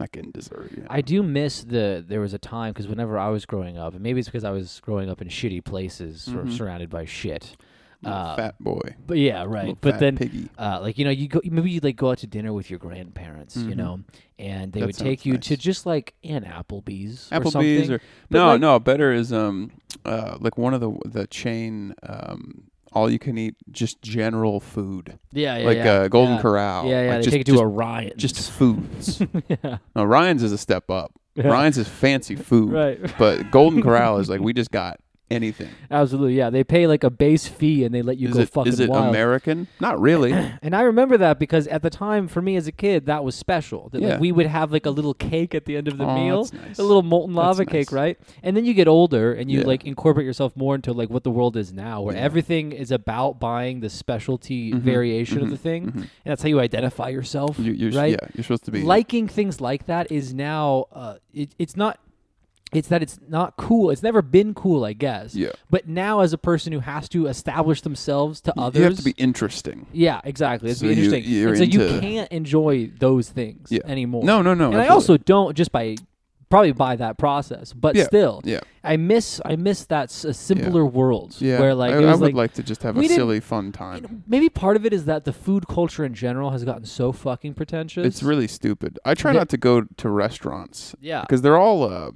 S2: not getting dessert. you know.
S1: I do miss the there was a time because whenever I was growing up, and maybe it's because I was growing up in shitty places, sort of
S2: Mhm.
S1: surrounded by shit.
S2: Little
S1: uh,
S2: fat boy.
S1: But yeah,
S2: Little
S1: right.
S2: fat
S1: But then
S2: piggy.
S1: uh, like you know you go maybe you like go out to dinner with your grandparents you
S2: Mhm.
S1: know and they
S2: That
S1: would take
S2: sounds
S1: you to
S2: nice.
S1: just like an applebee's or
S2: Applebee's
S1: something
S2: or,
S1: But
S2: no,
S1: like-
S2: no. Better is um uh like one of the the chain um all you can eat just general food
S1: yeah, yeah
S2: like
S1: yeah.
S2: uh, Golden
S1: yeah.
S2: Corral.
S1: yeah yeah
S2: Like,
S1: they
S2: just,
S1: take you to
S2: just,
S1: a riot [LAUGHS]
S2: just foods.
S1: yeah.
S2: no, Ryan's is a step up.
S1: Yeah.
S2: Ryan's is fancy food,
S1: right
S2: but Golden Corral is like we just got anything.
S1: absolutely yeah they pay like a base fee and they let [LAUGHS] you
S2: is
S1: go
S2: it
S1: fucking
S2: is it
S1: wild
S2: American?
S1: [COUGHS]
S2: Not really.
S1: and I remember that because at the time for me as a kid that was special that
S2: Yeah.
S1: like we would have like a little cake at the end of the
S2: Aw,
S1: meal
S2: that's nice.
S1: a little molten
S2: That's
S1: lava cake,
S2: nice.
S1: right? And then you get older and you
S2: Yeah.
S1: like incorporate yourself more into like what the world is now, where
S2: Yeah.
S1: everything is about buying the specialty
S2: Mhm,
S1: variation of
S2: mhm,
S1: the thing,
S2: mhm.
S1: and that's how you identify yourself,
S2: You, you're,
S1: right?
S2: Yeah, you're supposed to be
S1: Liking things like that is now uh, it, it's not. It's that it's not cool. It's never been cool, I guess.
S2: Yeah,
S1: But now, as a person who has to establish themselves to others,
S2: you have to be interesting.
S1: yeah, exactly. It's
S2: So you-
S1: interesting.
S2: you're
S1: and so you
S2: into-
S1: can't enjoy those things
S2: Yeah.
S1: anymore
S2: No, no, no.
S1: and I
S2: absolutely.
S1: also don't just by probably by that process, but
S2: Yeah,
S1: still,
S2: yeah.
S1: I miss I miss that s- a simpler world
S2: Yeah,
S1: where like
S2: I,
S1: it
S2: I
S1: was
S2: would
S1: like,
S2: like to just have a
S1: we didn't-
S2: silly, fun
S1: you
S2: time.
S1: know, maybe part of it is that the food culture in general has gotten so fucking pretentious.
S2: It's really stupid. I try
S1: The-
S2: not to go to restaurants
S1: yeah,
S2: because they're all. Uh,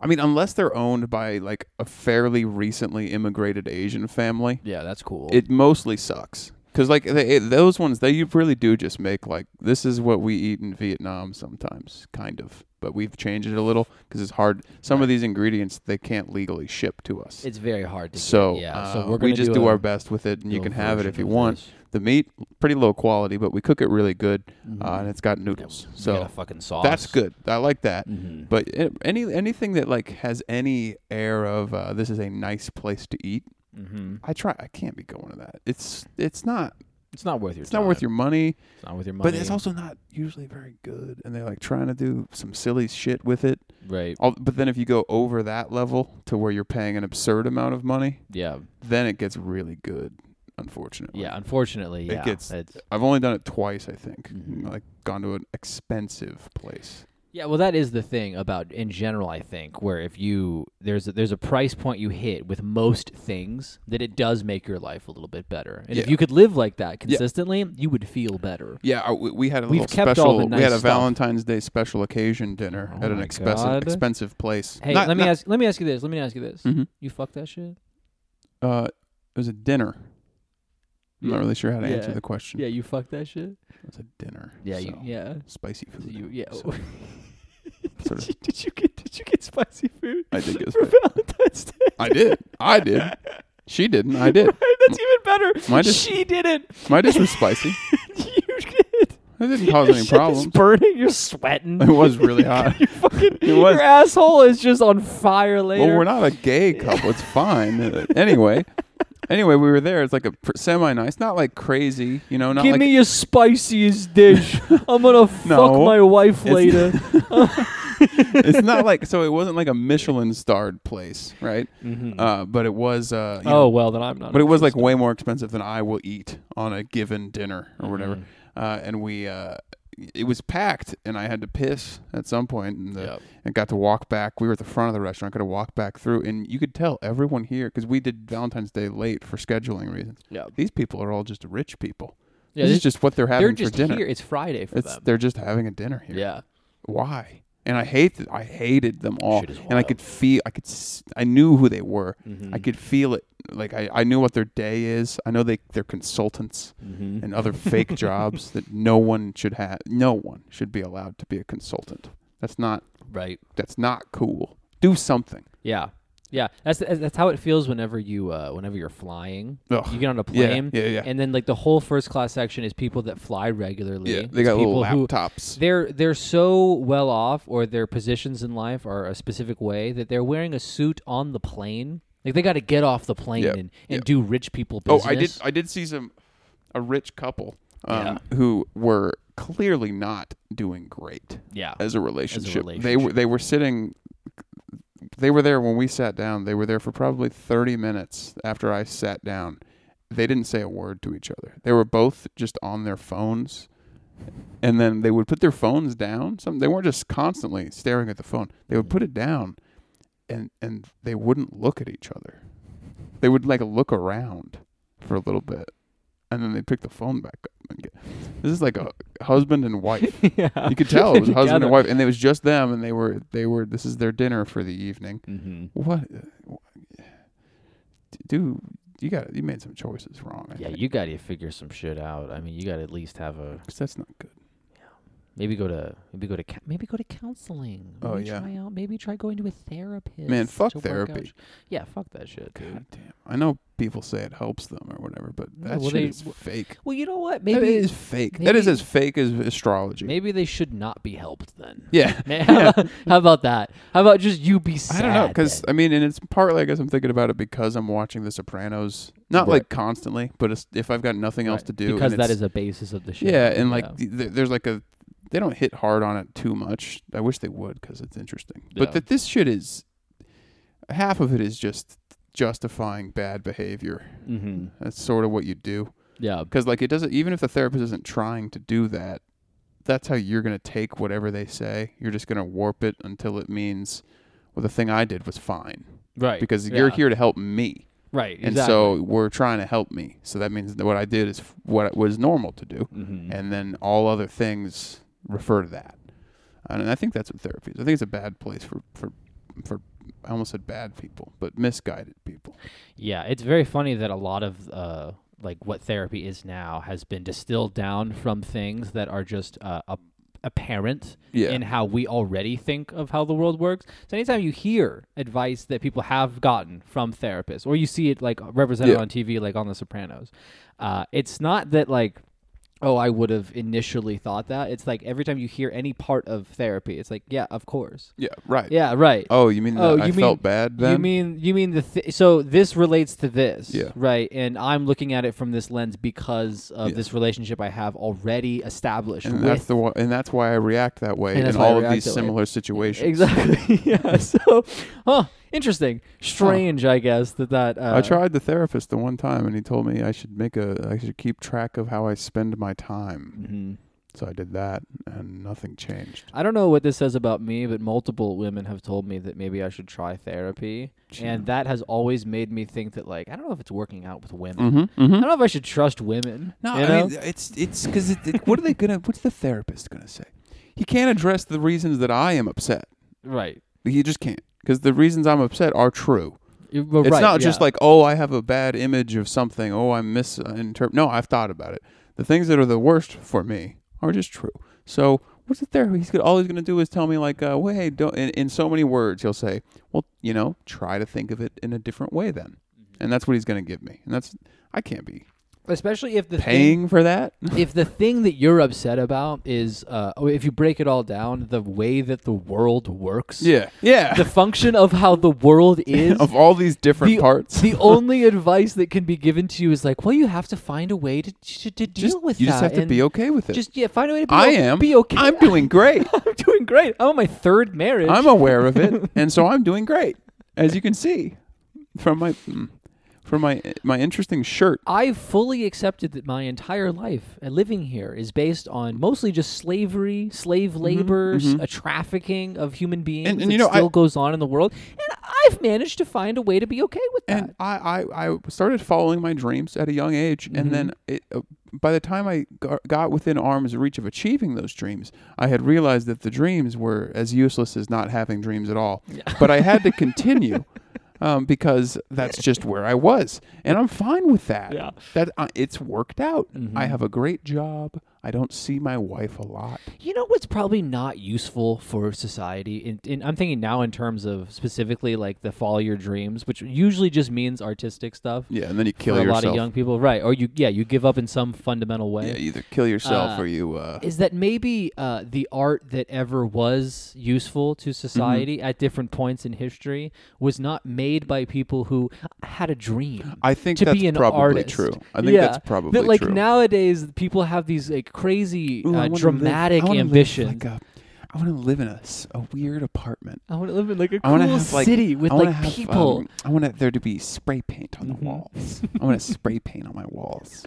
S2: I mean, unless they're owned by like a fairly recently immigrated Asian family,
S1: yeah, that's cool.
S2: it mostly sucks. Because like they, those ones, they really do just make like this is what we eat in Vietnam sometimes, kind of. But we've changed it a little because it's hard. Some of these ingredients they can't legally ship to us.
S1: it's very hard to
S2: so
S1: get. yeah.
S2: uh,
S1: so we're
S2: we
S1: gonna
S2: just
S1: do,
S2: do
S1: a
S2: our best with it, and you
S1: little
S2: can have it
S1: version
S2: if you
S1: of
S2: want. uh,
S1: this.
S2: The meat, pretty low quality, but we cook it really good, uh,
S1: Mhm.
S2: and it's got noodles.
S1: We
S2: So
S1: got a fucking sauce.
S2: that's good. I like that.
S1: Mhm.
S2: But a- any anything that like has any air of uh, this is a nice place to eat,
S1: Mhm.
S2: I try. I can't be going to that. It's it's not
S1: It's not worth your.
S2: it's not worth
S1: time.
S2: your money,
S1: It's not worth your money.
S2: but it's also not usually very good. And they're like trying to do some silly shit with it.
S1: right.
S2: All, but then if you go over that level to where you're paying an absurd amount of money,
S1: Yeah.
S2: then it gets really good. Unfortunately,
S1: Yeah. Unfortunately,
S2: It
S1: yeah.
S2: gets-
S1: it's-
S2: I've only done it twice, I think.
S1: Mhm.
S2: Like gone to an expensive place.
S1: Yeah, well, that is the thing about in general. I think where if you there's a, there's a price point you hit with most things that it does make your life a little bit better, and if
S2: Yeah.
S1: you could live like that consistently, you would feel better.
S2: Yeah, I- we, we had a
S1: We've
S2: little
S1: kept
S2: special.
S1: all the
S2: we had
S1: nice
S2: a
S1: stuff.
S2: Valentine's Day special occasion dinner
S1: Oh
S2: at an
S1: my
S2: expensive
S1: God.
S2: expensive place.
S1: Hey,
S2: Not-
S1: let me
S2: not-
S1: ask let me ask you this. Let me ask you this.
S2: Mhm.
S1: You fuck that shit.
S2: Uh, it was a dinner. I'm
S1: Yeah.
S2: not really sure how to answer
S1: Yeah.
S2: the question.
S1: Yeah, you fuck that shit.
S2: It was a dinner.
S1: Yeah,
S2: so
S1: you, yeah.
S2: Spicy food.
S1: So you, yeah.
S2: So-
S1: [LAUGHS]
S2: sort
S3: Did
S2: of.
S3: you, did you get did you get spicy food
S2: I
S3: [LAUGHS]
S2: did get
S3: for
S2: spicy.
S3: Valentine's Day?
S2: I did. I did.
S1: [LAUGHS]
S2: She didn't. I did.
S3: Right, [LAUGHS] that's even better.
S2: Mine is-
S3: she didn't.
S2: My dish was spicy.
S3: [LAUGHS] you did.
S2: It didn't
S3: Your [LAUGHS]
S2: cause any
S3: shit Is
S2: problems.
S3: burning. You're sweating. [LAUGHS]
S2: It was really hot.
S3: Your fucking
S2: It was.
S3: your asshole is just on fire later.
S2: Well, we're not a gay couple.
S3: [LAUGHS]
S2: It's fine. Uh, anyway, anyway, we were there. It's like a semi nice, not like crazy. You know, not
S3: Give
S2: like
S3: me your spiciest
S2: [LAUGHS]
S3: dish. I'm gonna fuck
S2: No.
S3: my
S2: [LAUGHS]
S3: wife
S2: It's-
S3: later.
S2: [LAUGHS] it's not like so. It wasn't like a Michelin starred place, right?
S1: Mm-hmm.
S2: Uh, but it was. Uh, you
S3: Oh
S2: know,
S3: well, then I'm not.
S2: but it was like
S3: interested.
S2: way more expensive than I will eat on a given dinner or whatever.
S1: Mhm.
S2: Uh, and we, uh, it was packed, and I had to piss at some point, and, the,
S1: Yep.
S2: and got to walk back. We were at the front of the restaurant, got to walk back through, and you could tell everyone here because we did Valentine's Day late for scheduling reasons.
S1: Yep.
S2: These people are all just rich people.
S1: Yeah,
S2: this
S1: they-
S2: is just what they're having
S1: They're just
S2: for dinner.
S1: here. It's Friday for
S2: It's
S1: them.
S2: they're just having a dinner here.
S1: Yeah.
S2: Why? And I hate th- I hated them all.
S1: Shit is
S2: And I
S1: wild.
S2: could feel I could s- I knew who they were.
S1: Mm-hmm.
S2: I could feel it. Like I, I knew what their day is. I know they they're consultants
S1: Mm-hmm.
S2: and
S1: [LAUGHS]
S2: other fake jobs that no one should have. No one should be allowed to be a consultant. That's not
S1: Right.
S2: that's not cool. Do something.
S1: Yeah. Yeah. That's that's how it feels whenever you uh, whenever you're flying.
S2: Ugh.
S1: You get on a
S2: Yeah,
S1: plane.
S2: yeah, yeah.
S1: And then like the whole first class section is people that fly regularly.
S2: yeah, they
S1: It's
S2: got little
S1: people who-
S2: laptops.
S1: they're they're so well off or their positions in life are a specific way that they're wearing a suit on the plane. Like they got to get off the plane
S2: Yep,
S1: and, and
S2: yep.
S1: do rich people
S2: oh,
S1: business.
S2: I did I did see some a rich couple um,
S1: Yeah.
S2: who were clearly not doing great.
S1: yeah.
S2: as a relationship. They were
S1: relationship.
S2: they were sitting they were there when we sat down. They were there for probably 30 minutes after I sat down. They didn't say a word to each other. They were both just on their phones. And then they would put their phones down. Some they weren't just constantly staring at the phone. They would put it down and and they wouldn't look at each other. They would like look around for a little bit. And then they pick the phone back up and get this is like a husband and wife
S1: [LAUGHS] yeah.
S2: [LAUGHS] you could tell it was husband
S1: Together.
S2: and wife, and it was just them, and they were they were this is their dinner for the evening.
S1: Mm-hmm.
S2: What, dude? You got you made some choices wrong. I
S1: Yeah,
S2: think,
S1: you got to figure some shit out. I mean, you got to at least have a
S2: 'cause that's not good.
S1: maybe go to maybe go to cou- maybe go to counseling.
S2: Oh,
S1: Maybe
S2: yeah.
S1: Try out, maybe try going to a therapist.
S2: fuck
S1: to work out
S2: therapy.
S1: sh- Yeah, fuck that shit, dude.
S2: God damn! I know people say it helps them or whatever, but
S1: No,
S2: that
S1: well,
S2: shit
S1: they-
S2: is fake.
S1: Well, you know what?
S2: Maybe, that
S1: Maybe
S2: is fake. that is
S1: maybe-
S2: as fake as astrology.
S1: maybe they should not be helped then.
S2: [LAUGHS] Yeah.
S1: [LAUGHS] How about that? How about just you be sad?
S2: I don't know because
S1: then?
S2: I mean, and it's partly I guess I'm thinking about it because I'm watching The Sopranos,
S1: Right.
S2: not like constantly, but it's, if I've got nothing else
S1: Right.
S2: to do,
S1: because
S2: and
S1: that
S2: it's-
S1: is a basis of the show.
S2: Yeah, and like th- th- there's like a they don't hit hard on it too much. I wish they would because it's interesting.
S1: Yeah.
S2: But that this shit is half of it is just justifying bad behavior.
S1: mm-hmm.
S2: That's sort of what you do
S1: yeah,
S2: because like it doesn't even if the therapist isn't trying to do that. That's how you're gonna take whatever they say. You're just gonna warp it until it means, well, the thing I did was fine
S1: right.
S2: because you're
S1: Yeah.
S2: here to help me,
S1: right? Exactly.
S2: and so we're trying to help me. So that means that what I did is f- what was normal to do
S1: hmm
S2: and then all other things refer to that. And I think that's what therapy is. I think it's a bad place for for for I almost said bad people, but misguided people.
S1: yeah, it's very funny that a lot of uh, like what therapy is now has been distilled down from things that are just uh, a- apparent
S2: Yeah.
S1: in how we already think of how the world works. So anytime you hear advice that people have gotten from therapists, or you see it like represented
S2: Yeah.
S1: on TV, like on The Sopranos, uh, it's not that like. Oh, I would have initially thought that. It's like every time you hear any part of therapy, it's like, yeah, of course.
S2: yeah, right.
S1: Yeah, right.
S2: Oh, you mean
S1: Oh,
S2: that I
S1: you
S2: felt
S1: mean-
S2: bad then?
S1: You mean you mean the th- so this relates to this,
S2: Yeah.
S1: right? And I'm looking at it from this lens because of
S2: Yeah.
S1: this relationship I have already established
S2: and
S1: with
S2: that's the wha- and that's why I react that way
S1: And
S2: in
S1: that's why I
S2: all of
S1: react
S2: these
S1: that way. E-,
S2: similar situations.
S1: Exactly. [LAUGHS]
S2: Hmm.
S1: yeah. So, huh? Interesting. Strange, I guess that that. Uh,
S2: I tried the therapist the one time, and he told me I should make a I should keep track of how I spend my time.
S1: mhm.
S2: So I did that, and nothing changed.
S1: I don't know what this says about me, but multiple women have told me that maybe I should try therapy, and that has always made me think that like I don't know if it's working out with women.
S2: Mm-hmm.
S1: I don't know if I should trust women.
S2: No,
S1: you
S2: I
S1: know?
S2: mean it's it's because it, it- what are they gonna? What's the therapist gonna say? He can't address the reasons that I am upset.
S1: right.
S2: He just can't because the reasons I'm upset are true.
S1: You- well,
S2: It's
S1: right,
S2: not just
S1: yeah.
S2: like oh I have a bad image of something. Oh I misinterpret. No, I've thought about it. The things that are the worst for me are just true. So what's the therapist? He's gonna, all he's gonna do is tell me like, uh, well, hey, don't. In, in so many words, he'll say, well, you know, try to think of it in a different way then, and that's what he's gonna give me. And that's I can't be
S1: especially if the thing,
S2: paying for that.
S1: [LAUGHS] if the thing that you're upset about is uh, oh, if you break it all down, the way that the world works.
S2: Yeah, yeah.
S1: The function of how the
S2: [LAUGHS]
S1: world is
S2: of all these different
S1: the,
S2: parts. [LAUGHS]
S1: the only advice that can be given to you is like, well, you have to find a way to to, to deal
S2: just,
S1: with
S2: you
S1: that.
S2: just have to
S1: and
S2: be okay with it.
S1: Just yeah, find a way to be.
S2: I
S1: o-
S2: am.
S1: Be okay.
S2: I'm doing great.
S1: [LAUGHS] I'm doing great. I'm on my third marriage.
S2: I'm aware
S1: [LAUGHS]
S2: of it, and so I'm doing great, as you can see from my mm, from my my interesting shirt.
S1: I've fully accepted that my entire life and living here is based on mostly just slavery, slave labor, s- a trafficking of human beings
S2: Mm-hmm, and
S1: that
S2: you know, I-
S1: still goes on in the world. And I I've managed to find a way to be okay with that.
S2: and I, I, I started following my dreams at a young age, and then
S1: Mm-hmm.
S2: it, uh, by the time I got, got within arm's reach of achieving those dreams, I had realized that the dreams were as useless as not having dreams at all. But I had
S1: [LAUGHS]
S2: to continue um, because that's just where I was, and I'm fine with that.
S3: Yeah.
S2: that uh, it's worked out. I
S1: Mhm.
S2: have a great job. I don't see my wife a lot.
S1: You know what's probably not useful for society? In, in, I'm thinking now in terms of specifically like the follow your dreams, which usually just means artistic stuff
S2: Yeah, and then you
S1: for a lot of young people, right? Or you, yeah, you give up in some fundamental way.
S2: yeah, either kill yourself
S1: Uh,
S2: or you. Uh,
S1: Is that maybe uh, the art that ever was useful to society
S2: Mm-hmm.
S1: at different points in history was not made by people who had a dream?
S2: I think
S1: to
S2: that's
S1: be an
S2: probably
S1: artist.
S2: true. I think
S1: Yeah.
S2: that's probably
S1: that like
S2: true.
S1: nowadays people have these like crazy
S2: Ooh, I
S1: uh,
S2: wanna live-
S1: dramatic
S2: I wanna live
S1: ambitions.
S2: like a- I want to live in a, s- a weird apartment.
S1: I want to live in like a
S2: I want to
S1: cool
S2: have like
S1: city with
S2: I wanna
S1: like
S2: have,
S1: people.
S2: um, I want there to be spray paint on the
S1: Mhm. [LAUGHS]
S2: walls. I want to spray paint on my walls.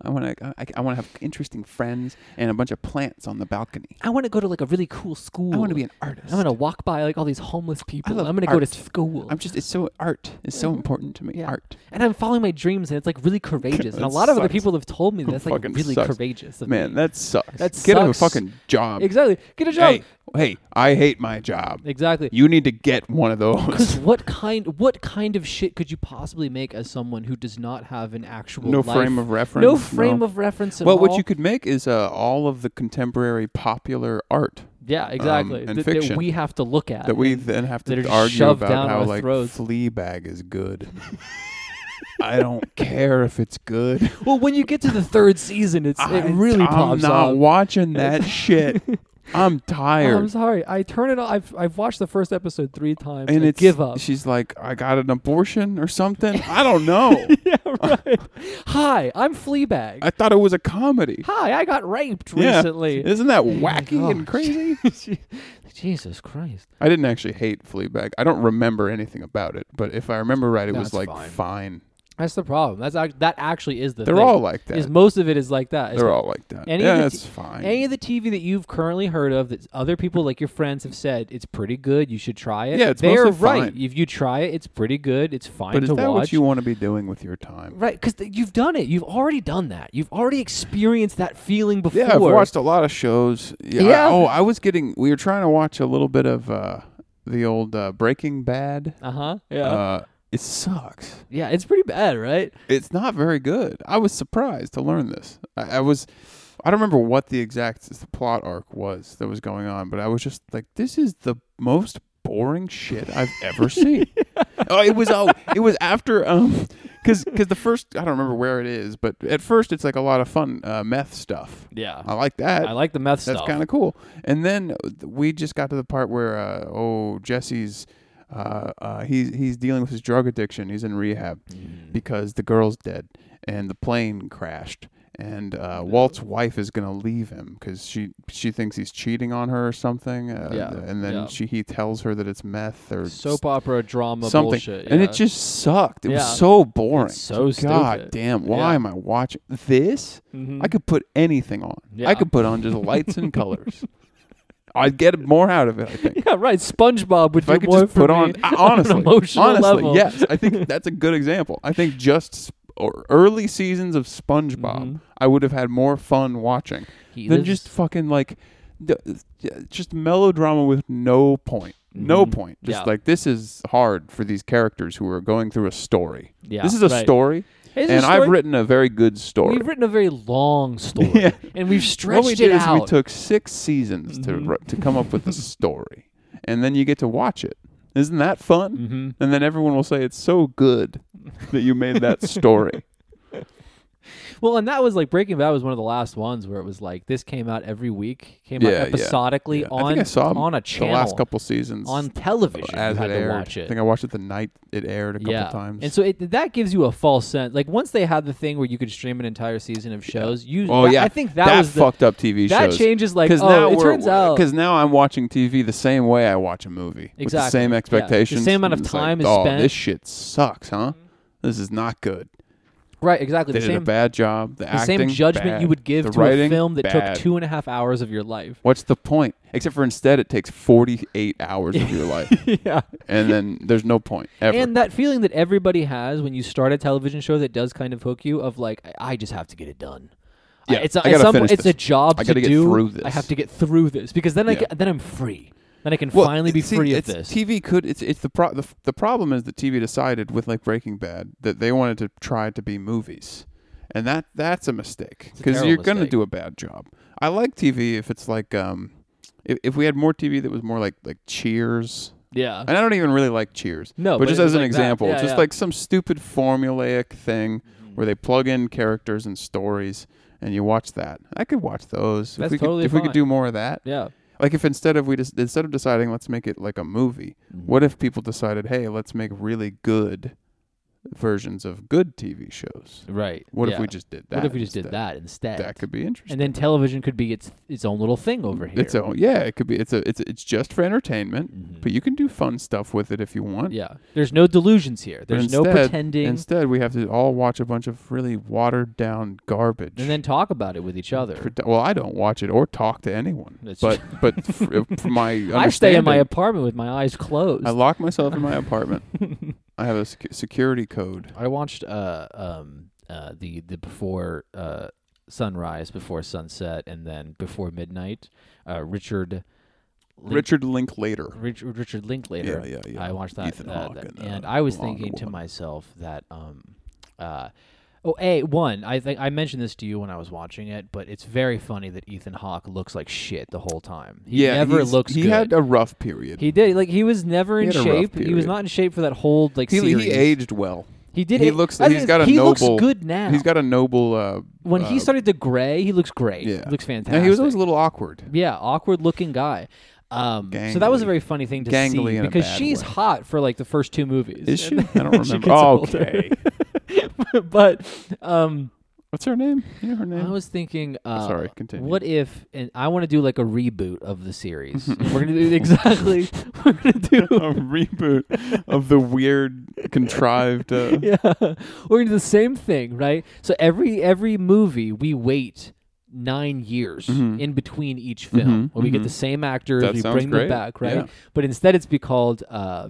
S2: I want to. I, I want to have interesting friends and a bunch of plants on the balcony.
S1: I want to go to like a really cool school.
S2: I want to be an artist.
S1: I'm gonna walk by like all these homeless people.
S2: love
S1: I'm gonna go to
S2: art.
S1: school,
S2: I'm just. It's so art is so important to me.
S1: Mm-hmm. Yeah.
S2: Art.
S1: and I'm following my dreams, and it's like really courageous. and a
S2: That
S1: lot of other
S2: sucks.
S1: people have told me that's like
S2: Fucking
S1: really
S2: sucks.
S1: courageous. Of
S2: Man,
S1: me.
S2: that sucks.
S1: That
S2: Get a
S1: sucks.
S2: fucking job.
S1: exactly. Get a job.
S2: Hey, hey, I hate my job.
S1: Exactly.
S2: You [LAUGHS] need to get one of
S1: [LAUGHS] Because
S2: those.
S1: what kind what kind of shit could you possibly make as someone who does not have an actual
S2: No
S1: life?
S2: frame of reference.
S1: no frame of reference at
S2: well,
S1: all?
S2: what you could make is uh, all of the contemporary popular art
S1: yeah, exactly.
S2: and
S1: that,
S2: um, fiction
S1: that we have to look at
S2: that we
S1: and-
S2: then have
S1: that are
S2: to
S1: just
S2: argue
S1: shoved
S2: about
S1: down
S2: how
S1: our
S2: like
S1: throats.
S2: Fleabag
S1: [LAUGHS]
S2: is good. I don't care if it's good.
S1: Well, when you get to the third season, it's
S2: I,
S1: it really
S2: I'm
S1: pops
S2: not
S1: off. [LAUGHS]
S2: watching that shit. I'm tired.
S3: I'm sorry. I turn it off. I've, I've watched the first episode three times.
S2: and
S3: I
S2: it's
S3: give
S2: [LAUGHS]
S3: up.
S2: She's like, I got an abortion or something.
S1: [LAUGHS]
S2: I don't know.
S3: yeah, right.
S1: Hi, I'm Fleabag.
S2: I thought it was
S1: [LAUGHS]
S2: a comedy.
S3: Hi, I got raped
S2: Yeah.
S3: recently.
S2: [LAUGHS] Isn't that wacky
S1: Oh,
S2: and crazy?
S1: [LAUGHS] Jesus Christ.
S2: I didn't actually hate Fleabag. I don't remember anything about it, but if I remember right, it
S1: No,
S2: was
S1: it's
S2: like
S1: fine.
S2: fine.
S1: That's the problem. That's act- that actually is the
S2: They're
S1: thing,
S2: all like that.
S1: is most of it is like that. It's
S2: They're all like that.
S1: any of
S2: yeah,
S1: the
S2: it's
S1: t-
S2: fine.
S1: any of the TV that you've currently heard of that other people like your friends have said it's pretty good, you should try it.
S2: Yeah, it's
S1: they're
S2: mostly
S1: right.
S2: fine.
S1: If you try it, it's pretty good. It's fine
S2: but is
S1: to
S2: that
S1: watch.
S2: what you want to be doing with your time?
S1: right, because th- you've done it. You've already done that. You've already experienced that feeling before.
S2: Yeah, I've watched a lot of shows. Yeah. I-
S1: Yeah.
S2: oh, I was getting. We were trying to watch a little bit of uh, the old uh, Breaking Bad.
S1: Uh huh.
S3: yeah.
S2: Uh, it sucks.
S1: Yeah, it's pretty bad, right?
S2: It's not very good. I was surprised to learn this. I, I was. I don't remember what the exact plot arc was that was going on, but I was just like, "This is the most boring shit I've ever seen." oh, it was oh, it was after um, because the first I don't remember where it is, but at first it's like a lot of fun uh, meth stuff.
S1: Yeah.
S2: I like that.
S1: I like the meth
S2: That's
S1: stuff.
S2: kind of cool. And then uh, we just got to the part where uh, oh Jesse's uh, uh, he's he's dealing with his drug addiction. He's in rehab
S1: Mm.
S2: because the girl's dead and the plane crashed. And
S1: Oh,
S2: uh, Walt's wife is gonna leave him because she she thinks he's cheating on her or something. Uh,
S1: Yeah,
S2: And then
S1: yeah.
S2: she he tells her that it's meth or
S1: soap opera drama
S2: something,
S1: bullshit.
S2: and
S1: yeah.
S2: it just sucked. It
S1: Yeah.
S2: was so boring.
S1: It's so
S2: God
S1: stupid.
S2: damn! Why
S1: Yeah.
S2: am I watching this?
S3: Mhm.
S1: Mm-hmm.
S2: I could put anything on.
S1: Yeah.
S2: I could put on just lights and colors. I'd get more out of it.
S1: [LAUGHS]
S2: I think
S3: yeah, right. SpongeBob would
S2: if
S3: do
S2: I could
S3: more
S2: just
S3: for
S2: put on
S3: me
S2: I- honestly,
S3: on an emotional
S2: honestly,
S3: level.
S2: yes. I think that's a good example. I think just sp- or early seasons of SpongeBob,
S3: Mhm.
S2: I would have had more fun watching
S1: He
S2: than
S1: lives-
S2: just fucking like. d- d- Just melodrama with no point, no
S1: Mhm.
S2: point. Just
S1: Yeah.
S2: like this is hard for these characters who are going through a story.
S1: yeah,
S2: this is a
S1: right.
S2: story,
S1: It's a
S2: and I've
S1: story-
S2: written a very good story.
S1: We've written a very
S2: [LAUGHS]
S1: long story,
S2: Yeah.
S1: and we've stretched
S2: what we
S1: it
S2: did
S1: out. Mm-hmm.
S2: is we took six seasons to
S3: Mhm.
S2: ru- to come up with the story, and then you get to watch it. Isn't that fun?
S1: mm-hmm.
S2: And then everyone will say it's so good that you made that
S1: [LAUGHS]
S2: story.
S1: Well, and that was like Breaking Bad was one of the last ones where it was like this came out every week, came
S2: Yeah, yeah.
S1: out episodically
S2: Yeah. I
S1: on
S2: think I saw
S1: on a
S2: the
S1: channel
S2: last couple seasons
S1: on television.
S2: as
S1: you had
S2: it
S1: to
S2: aired.
S1: watch
S2: I
S1: it.
S2: think I watched it the night it aired a couple
S1: yeah,
S2: times.
S1: and so it, that gives you a false sense. Like once they had the thing where you could stream an entire season of shows, you
S2: oh
S1: that-
S2: yeah,
S1: I think that, was the,
S2: fucked up TV
S1: that
S2: shows.
S1: changes. Like
S2: Because
S1: oh,
S2: now
S1: it
S2: we're-
S1: turns out
S2: Because now I'm watching TV the same way I watch a movie. With the
S1: Exactly.
S2: same
S1: Yeah. The
S2: expectations.
S1: same amount
S2: and
S1: of
S2: it's like,
S1: time is
S2: oh,
S1: spent."
S2: This shit sucks, huh? This is not good.
S1: Right, exactly.
S2: They
S1: the
S2: did
S1: same
S2: a bad job. The,
S1: the
S2: acting,
S1: same judgment
S2: bad.
S1: you would give
S2: The
S1: to
S2: writing,
S1: a film that
S2: bad.
S1: took two and a half hours of your
S2: [LAUGHS]
S1: life. [LAUGHS]
S2: What's the point? Except for instead, it takes 48 hours of your life,
S1: [LAUGHS] yeah.
S2: and then there's no point ever.
S1: And that feeling that everybody has when you start a television show that does kind of hook you of like, I, I just have to get it done. I-
S2: Yeah,
S1: it's a,
S2: I gotta
S1: at some
S2: finish
S1: point- it's
S2: this.
S1: a job
S2: I
S1: to
S2: gotta get
S1: do.
S2: through this.
S1: I have to get through this because then I
S2: Yeah.
S1: ca- then I'm free. Then I can
S2: Well,
S1: finally be
S2: see,
S1: free of
S2: it's-
S1: this.
S2: TV could it's it's the pro the, f- the problem is that TV decided with like Breaking Bad that they wanted to try to be movies, and that that's a mistake
S1: a
S2: because
S1: terrible
S2: you're gonna
S1: mistake.
S2: do a bad job. I like TV if it's like um if, if we had more TV that was more like like Cheers,
S1: yeah.
S2: and I don't even really like Cheers,
S1: No,
S2: but,
S1: Oh, but
S2: just
S1: it
S2: as
S1: was
S2: an
S1: like that.
S2: example,
S1: Yeah,
S2: just
S1: yeah. Mm-hmm.
S2: like some stupid formulaic thing where they plug in characters and stories. And you watch that. I could watch those. if
S1: That's
S2: we could,
S1: totally
S2: If we could
S1: fine.
S2: do more of that,
S1: yeah.
S2: like if instead of we just instead of deciding let's make it like a movie, what if people decided, hey, let's make really good versions of good TV shows?
S1: Right.
S2: What if
S1: yeah.
S2: we just did that?
S1: What if we just did
S2: instead?
S1: that instead?
S2: That could be
S1: and
S2: interesting.
S1: then television could be its its own little thing over here.
S2: it's a yeah, it could be it's a it's it's just for entertainment,
S1: Mhm.
S2: but you can do fun stuff with it if you want.
S1: Yeah. There's no delusions here.
S2: But
S1: There's no
S2: instead-
S1: pretending.
S2: Instead, we have to all watch a bunch of really watered down garbage.
S1: and then talk about it with each other.
S2: Pret- well, I don't watch it or talk to anyone,
S1: That's
S2: but but f- from my
S1: [LAUGHS] I stay in my
S2: understanding-
S1: apartment with my eyes closed.
S2: I lock myself in my
S1: [LAUGHS]
S2: apartment. I have a secu- security code.
S1: I watched uh um uh the the before uh sunrise, before sunset, and then before midnight. Uh, Richard. Link-
S2: Richard Linklater.
S1: Rich, Richard Linklater.
S2: Yeah, yeah, yeah.
S1: I watched that,
S2: Ethan
S1: that-
S2: Hawke
S1: that-
S2: and, uh,
S1: and I was
S2: blonde
S1: thinking to
S2: woman.
S1: myself that um, uh, oh, a one. I think I mentioned this to you when I was watching it, but it's very funny that Ethan Hawke looks like shit the whole time. He
S2: yeah,
S1: never
S2: he's-
S1: looks
S2: He
S1: good.
S2: had a rough period.
S1: he did like he was never
S2: He
S1: in
S2: had a rough
S1: shape. He was
S2: period.
S1: not in shape for that whole like
S2: He,
S1: series.
S2: he aged well.
S1: He did.
S2: he
S1: age-
S2: looks-
S1: I
S2: he's
S1: mean,
S2: got a
S1: he
S2: noble-
S1: looks good now.
S2: He's got a noble. Uh,
S1: when
S2: uh,
S1: he started to gray, he looks great.
S2: yeah,
S1: He looks fantastic.
S2: Now, he was always a little awkward.
S1: Yeah, awkward looking guy. Um, so that was a
S2: Gangly.
S1: very funny thing to
S2: Gangly
S1: see
S2: in a
S1: because
S2: bad
S1: she's
S2: way.
S1: hot for like the first two movies.
S2: Is she?
S1: And
S2: I don't remember.
S1: [LAUGHS]
S2: Oh,
S1: she gets older.
S2: okay.
S1: [LAUGHS] but um,
S2: What's her name? You know her
S1: I
S2: name.
S1: was thinking, uh,
S2: Sorry, continue.
S1: What if? And I want to do like a reboot of the
S2: [LAUGHS]
S1: series. And we're gonna do exactly. [LAUGHS] We're gonna
S2: a
S1: do.
S2: reboot of the weird contrived. Uh,
S1: [LAUGHS] Yeah, we're gonna do the same thing, right? So every every movie we wait. Nine years
S2: Mhm.
S1: in between each film,
S2: Mhm,
S1: where we get
S2: mhm.
S1: the same actors,
S2: That
S1: we
S2: sounds
S1: bring
S2: great.
S1: them back, right?
S2: Yeah.
S1: But instead, it's be called uh,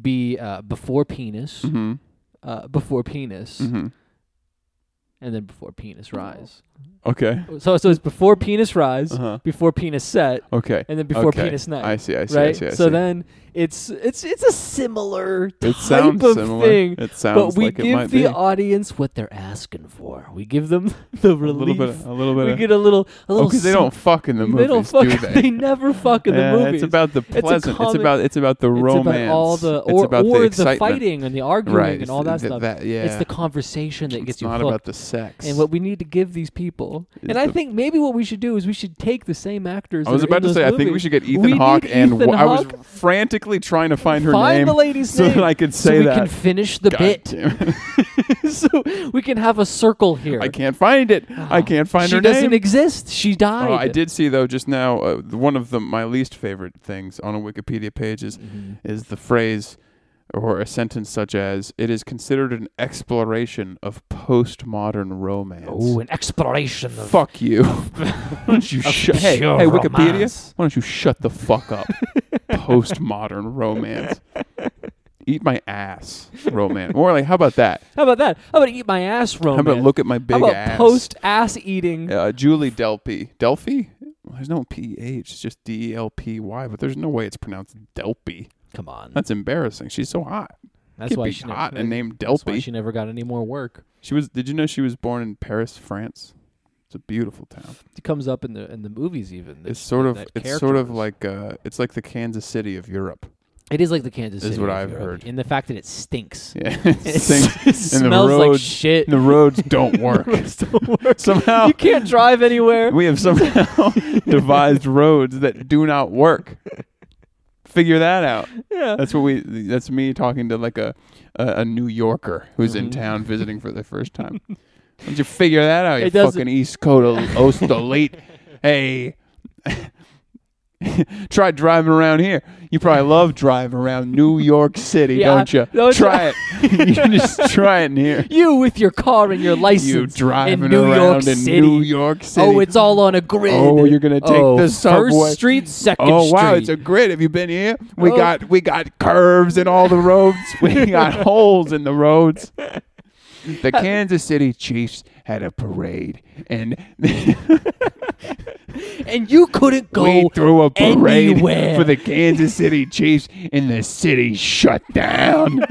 S1: "Be uh, Before Penis,"
S2: hmm
S1: uh, "Before Penis,"
S2: hmm
S1: and then "Before Penis Rise."
S2: Okay.
S1: So, so it's "Before Penis Rise,"
S2: Uh-huh.
S1: before penis set
S2: Okay.
S1: and then before
S2: Okay.
S1: penis night
S2: I see. I see. I
S1: right
S2: see, I
S1: so
S2: see.
S1: then it's it's it's a similar
S2: it
S1: type
S2: sounds
S1: of
S2: similar.
S1: thing
S2: it
S1: but
S2: sounds
S1: we
S2: like it might
S1: give the
S2: be
S1: audience what they're asking for we give them [LAUGHS] the
S2: a
S1: relief
S2: little bit. A little bit.
S1: we
S2: of,
S1: get a little a little
S2: because they
S1: s-
S2: don't fuck in the
S1: they
S2: movies,
S1: don't fuck
S2: do
S1: [LAUGHS]
S2: they?
S1: they never fuck in
S2: Yeah,
S1: the movies
S2: It's about the
S1: It's a
S2: pleasant. It's,
S1: comic-
S2: about it's about the
S1: It's about
S2: romance.
S1: all the or,
S2: it's about
S1: or
S2: the
S1: the,
S2: excitement.
S1: fighting and the arguing
S2: right?
S1: and all that
S2: th-
S1: stuff
S2: yeah.
S1: it's the conversation that gets
S2: It's
S1: you
S2: not
S1: hooked.
S2: about the sex.
S1: and what we need to give these people.
S2: It's
S1: and I
S2: the-
S1: think maybe what we should do is we should take the same actors.
S2: I was
S1: that are
S2: about
S1: in
S2: to
S1: those
S2: say, I think we
S1: movies.
S2: should get
S1: We
S2: Ethan
S1: need
S2: Hawke and
S1: Ethan
S2: wa- I was
S1: Hawke.
S2: frantically trying to find her
S1: find
S2: name
S1: the lady's
S2: so
S1: name
S2: that I could say
S1: so we
S2: that.
S1: can finish the
S2: God [LAUGHS]
S1: bit.
S2: damn it.
S1: so we can have a circle here. [LAUGHS]
S2: I can't find it. I can't find
S1: Oh, she
S2: her
S1: doesn't
S2: name.
S1: exist. She died.
S2: Oh, I did see though just now uh, th- one of the my least favorite things on a Wikipedia page is
S1: Mm-hmm.
S2: is the phrase or a sentence such as "It is considered an exploration of postmodern romance."
S1: Oh, an exploration of [LAUGHS]
S2: Fuck you. why don't you shut hey, hey
S1: pure
S2: Wikipedia?
S1: romance.
S2: Why don't you shut the fuck
S1: [LAUGHS]
S2: up? Postmodern romance. Eat my ass romance. More like how about that?
S1: How about that? How about eat my ass, Roman?
S2: How about look at my big
S1: How about
S2: ass?
S1: post ass eating?
S2: uh, Julie Delpy. Delpy? Well, There's no P H, it's just D E L P Y, but there's no way it's pronounced Delpy.
S1: Come on.
S2: That's embarrassing. She's so hot.
S1: Hmm. That's
S2: Can't
S1: why
S2: be
S1: she
S2: hot
S1: never,
S2: and named
S1: that's why
S2: Delpy.
S1: she never got any more work.
S2: She was did you know she was born in Paris, France? It's a beautiful town.
S1: It comes up in the in the movies even. that-
S2: It's sort of
S1: that
S2: it's
S1: character
S2: sort of
S1: was-
S2: like uh it's like the Kansas City of Europe. [LAUGHS]
S1: It is like the Kansas
S2: Is
S1: City
S2: what
S1: of
S2: I've
S1: Europe,
S2: heard.
S1: In the fact that it stinks. [LAUGHS]
S2: Yeah. it
S1: it
S2: stinks. [LAUGHS] and the
S1: smells like
S2: roads-
S1: shit. [LAUGHS]
S2: The roads don't work.
S1: roads
S2: [LAUGHS]
S1: don't work.
S2: somehow
S1: you can't drive anywhere.
S2: we have
S1: [LAUGHS]
S2: somehow devised roads that do not work. Figure that out.
S1: yeah.
S2: [LAUGHS] That's what we. That's me talking to like a a, a New Yorker who's in
S1: Mhm. [LAUGHS]
S2: town visiting for the first time. Did you figure that out?
S1: [LAUGHS]
S2: You
S1: It doesn't-
S2: fucking East Coast Coast elite. Hey, [LAUGHS] Try driving around here. You probably love driving around New York City,
S1: Yeah,
S2: don't you?
S1: no, it's-
S2: try it. [LAUGHS] you can just try it in
S1: [LAUGHS]
S2: here.
S1: You with your car and your license
S2: You driving
S1: in New
S2: around
S1: York
S2: in
S1: City.
S2: New York City.
S1: Oh, it's all on a grid.
S2: Oh, you're gonna take
S1: Oh,
S2: the subway.
S1: First Street, Second
S2: Oh
S1: Street.
S2: wow, it's a grid. Have you been here? We
S1: Oh.
S2: got we got curves in all the roads.
S1: [LAUGHS]
S2: we got holes in the roads. The
S1: Uh,
S2: Kansas City Chiefs had a parade, and [LAUGHS]
S1: and you couldn't go.
S2: we threw a parade
S1: anywhere.
S2: for the
S1: [LAUGHS]
S2: Kansas City Chiefs, and the city shut down.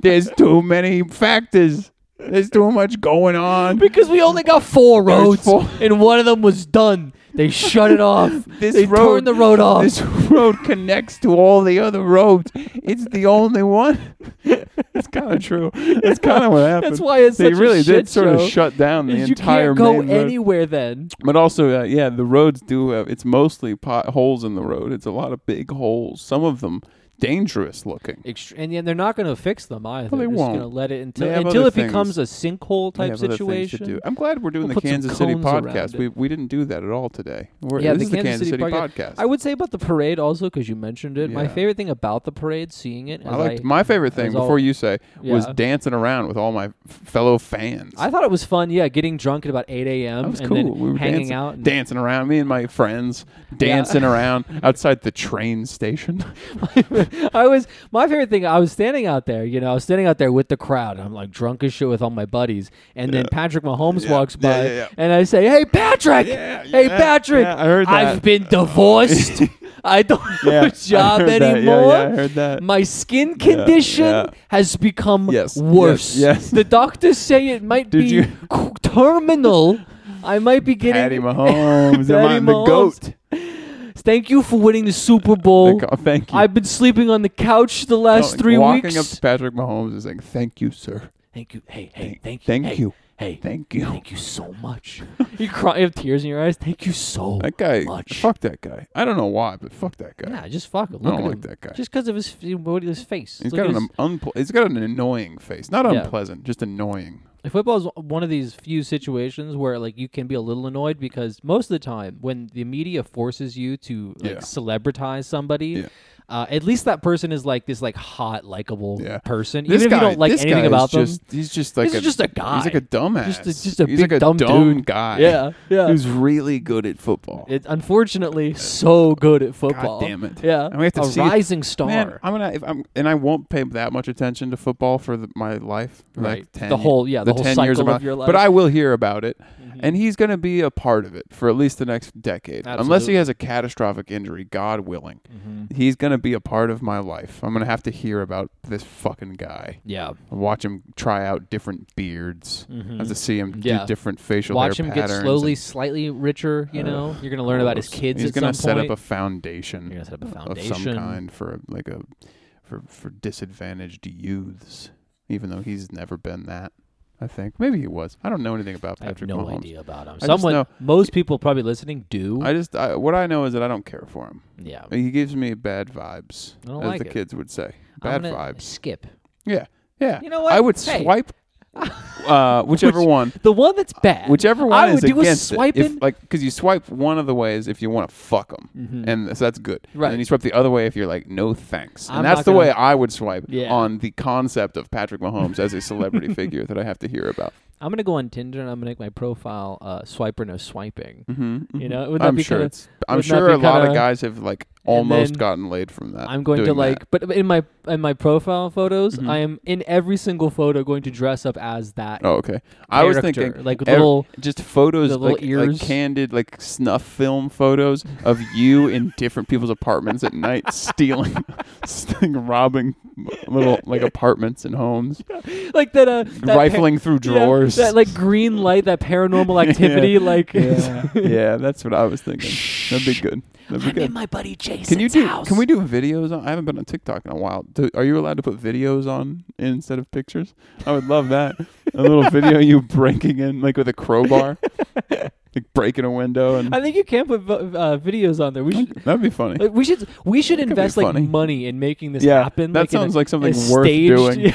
S2: There's too many factors. There's too much going on.
S1: because we only got four
S2: There's
S1: roads,
S2: four-
S1: and one of them was done.
S2: [LAUGHS]
S1: They shut it off.
S2: This
S1: they
S2: road-
S1: turned the road off.
S2: [LAUGHS] This road connects to all the other roads. It's the only one. [LAUGHS] That's kind of true. That's kind of what happened.
S1: That's why it's
S2: they
S1: such a
S2: really did
S1: shit
S2: sort
S1: show,
S2: of shut down the
S1: is you
S2: entire
S1: can't go
S2: main road.
S1: anywhere then.
S2: But also, uh, yeah, the roads do have. It's mostly potholes in the road. It's a lot of big holes. Some of them dangerous looking.
S1: Ext- and then they're not going to fix them either.
S2: they
S1: they're just going to
S2: won't.
S1: let it until
S2: They have
S1: until
S2: other
S1: it becomes a sinkhole
S2: They
S1: type
S2: have other things to
S1: situation.
S2: do. I'm glad we're doing
S1: We'll
S2: the
S1: put some
S2: Kansas City
S1: cones around
S2: podcast.
S1: it.
S2: We we didn't do that at all today. We're,
S1: Yeah,
S2: this
S1: the
S2: is the
S1: Kansas City
S2: podcast.
S1: I would say about the parade also because you mentioned it. My
S2: Yeah.
S1: favorite thing about the parade, seeing it,
S2: I
S1: as
S2: liked my favorite thing
S1: as all-
S2: before you say was
S1: yeah.
S2: dancing around with all my f- fellow fans.
S1: I thought it was fun. Yeah, getting drunk at about eight a.m.
S2: That was
S1: and
S2: cool.
S1: then
S2: we were
S1: hanging
S2: dancing,
S1: out. And
S2: dancing around. Me and my friends
S1: [LAUGHS]
S2: dancing around outside the train station.
S1: [LAUGHS] I was my favorite thing. I was standing out there, you know, I was standing out there with the crowd. I'm like drunk as shit with all my buddies, and then Patrick Mahomes
S2: Yeah.
S1: walks
S2: Yeah,
S1: by,
S2: yeah, yeah.
S1: and I say, "Hey, Patrick!
S2: Yeah,
S1: hey,
S2: yeah,
S1: Patrick!
S2: yeah, I heard
S1: I've
S2: that."
S1: been
S2: [LAUGHS]
S1: divorced. I don't have
S2: Yeah,
S1: a job
S2: I heard that. Yeah,
S1: anymore.
S2: yeah, I heard that.
S1: My skin condition
S2: yeah.
S1: has become
S2: Yes,
S1: worse.
S2: yes, yes.
S1: The doctors say it might
S2: Did
S1: be
S2: you-
S1: qu- terminal. I might be getting. [LAUGHS]
S2: Patty Mahomes, am
S1: Patty
S2: I the
S1: Mahomes.
S2: goat?
S1: Thank you for winning the Super Bowl.
S2: Like, oh, thank you.
S1: I've been sleeping on the couch the last
S2: Like,
S1: three
S2: walking
S1: weeks.
S2: up to Patrick Mahomes is like, "Thank you, sir.
S1: Thank you. Hey, hey,
S2: Thank-
S1: thank you.
S2: thank
S1: hey,
S2: you.
S1: Hey,
S2: Thank you."
S1: Thank you so
S2: [LAUGHS]
S1: much. you cry. You have tears in your eyes. Thank you so
S2: That guy,
S1: much.
S2: fuck that guy. I don't know why, but fuck that guy.
S1: Nah, just fuck him. Look
S2: I don't
S1: at
S2: like
S1: him.
S2: that guy.
S1: Just because of his f- what his face.
S2: He's
S1: Look
S2: got
S1: at
S2: an
S1: his-
S2: um, unple- he's got an annoying face. Not
S1: Yeah.
S2: unpleasant, just annoying.
S1: Football is one of these few situations where like you can be a little annoyed because most of the time when the media forces you to like
S2: Yeah.
S1: celebritize somebody,
S2: Yeah.
S1: uh, at least that person is like this like hot likable
S2: Yeah.
S1: person.
S2: This
S1: Even
S2: guy,
S1: if you don't like
S2: this
S1: anything
S2: guy
S1: about
S2: is
S1: them,
S2: just, he's just like
S1: He's
S2: a,
S1: just a
S2: He's like
S1: guy.
S2: a dumbass.
S1: Just a- just a
S2: he's
S1: big
S2: like a
S1: dumb dude.
S2: guy.
S1: yeah, yeah.
S2: who's really good at football.
S1: It's unfortunately so good at football.
S2: damn it.
S1: Yeah,
S2: And we have to
S1: a
S2: see it.
S1: rising star.
S2: Man, I'm gonna if I'm and I won't pay that much attention to football for the, my life. for
S1: Right.
S2: Like 10,
S1: The whole- yeah, the whole
S2: 10 years
S1: cycle
S2: my-
S1: of your
S2: But
S1: life. Mm-hmm.
S2: I will hear about it, and he's gonna be a part of it for at least the next decade, unless
S1: Absolutely.
S2: he
S1: Mm.
S2: has a catastrophic injury, God willing.
S1: Mm-hmm.
S2: He's gonna be a part of my life. I'm gonna have to hear about this fucking guy.
S1: yeah,
S2: and Watch him try out different beards. I have to see him do
S1: Mm-hmm. Yeah.
S2: different facial
S1: watch
S2: hair
S1: him get
S2: patterns.
S1: slowly,
S2: and
S1: slightly richer. You know, you're gonna learn about his
S2: gross.
S1: kids
S2: He's
S1: at
S2: gonna
S1: some
S2: set
S1: point.
S2: up a foundation.
S1: you're gonna set up a
S2: of
S1: foundation.
S2: some kind for a- like a for for disadvantaged youths, even though he's never been that. I think maybe he was. I don't know anything about
S1: I have
S2: Patrick
S1: no
S2: Mahomes.
S1: idea about him.
S2: just
S1: Someone,
S2: know-
S1: most people probably listening do.
S2: I just I, what I know is that I don't care for him.
S1: yeah,
S2: He gives me bad vibes,
S1: I don't
S2: as
S1: like
S2: the
S1: it.
S2: kids would say.
S1: I'm
S2: Bad
S1: gonna
S2: vibes.
S1: Skip
S2: Yeah, yeah.
S1: [LAUGHS] You know what?
S2: I would
S1: Hey. [LAUGHS]
S2: swipe uh, whichever one.
S1: the one that's bad.
S2: Whichever one
S1: I would
S2: is
S1: do a
S2: against it,
S1: swiping.
S2: if, like because you swipe one of the ways if you want to fuck them,
S1: Mm-hmm.
S2: and so that's good. And
S1: Right.
S2: then you swipe the other way if you're like, no thanks. And
S1: I'm
S2: that's
S1: not
S2: the
S1: gonna-
S2: way I would swipe
S1: Yeah.
S2: on the concept of Patrick Mahomes as
S1: [LAUGHS]
S2: a celebrity figure that I have to hear about.
S1: I'm gonna go on Tinder and I'm gonna make my profile uh, swiper no swiping.
S2: Mm-hmm.
S1: You know, would that
S2: I'm
S1: be
S2: sure
S1: kinda-
S2: it's. I'm
S1: would that
S2: sure
S1: be
S2: a lot of
S1: kinda-
S2: guys have like almost
S1: then
S2: gotten laid from that.
S1: I'm going to
S2: Uh, doing that. Mm-hmm.
S1: like, but in my in my profile photos, I am in every single photo going to dress up as that.
S2: Oh, okay. I was
S1: character,
S2: thinking
S1: like with
S2: ev-
S1: little-
S2: just photos,
S1: the little
S2: like, like
S1: ears.
S2: candid, like snuff film photos of you in different people's apartments
S1: [LAUGHS]
S2: at night, stealing, [LAUGHS] stealing, robbing little like apartments and homes,
S1: Like that, uh, that par-
S2: rifling through
S1: yeah,
S2: drawers.
S1: that like green light, that
S2: [LAUGHS]
S1: paranormal [LAUGHS] activity, like.
S2: yeah.
S1: [LAUGHS]
S2: yeah, that's what I was thinking. That'd be good. That'd be
S1: I'm in
S2: good.
S1: my buddy Jason's
S2: Can you do?
S1: house.
S2: Can we do videos? On, I haven't been on TikTok in a while. Do, are you allowed to put videos on instead of pictures? I would love that.
S1: [LAUGHS]
S2: a little video of you breaking in, like with a crowbar, like breaking a window, and
S1: I think you can put vo- uh, videos on there. We should.
S2: that'd be funny.
S1: Like, we should we should
S2: could be
S1: invest like
S2: funny.
S1: money in making this
S2: Yeah,
S1: happen.
S2: that
S1: like, in a-
S2: sounds like something
S1: a [LAUGHS]
S2: worth
S1: staged-
S2: doing.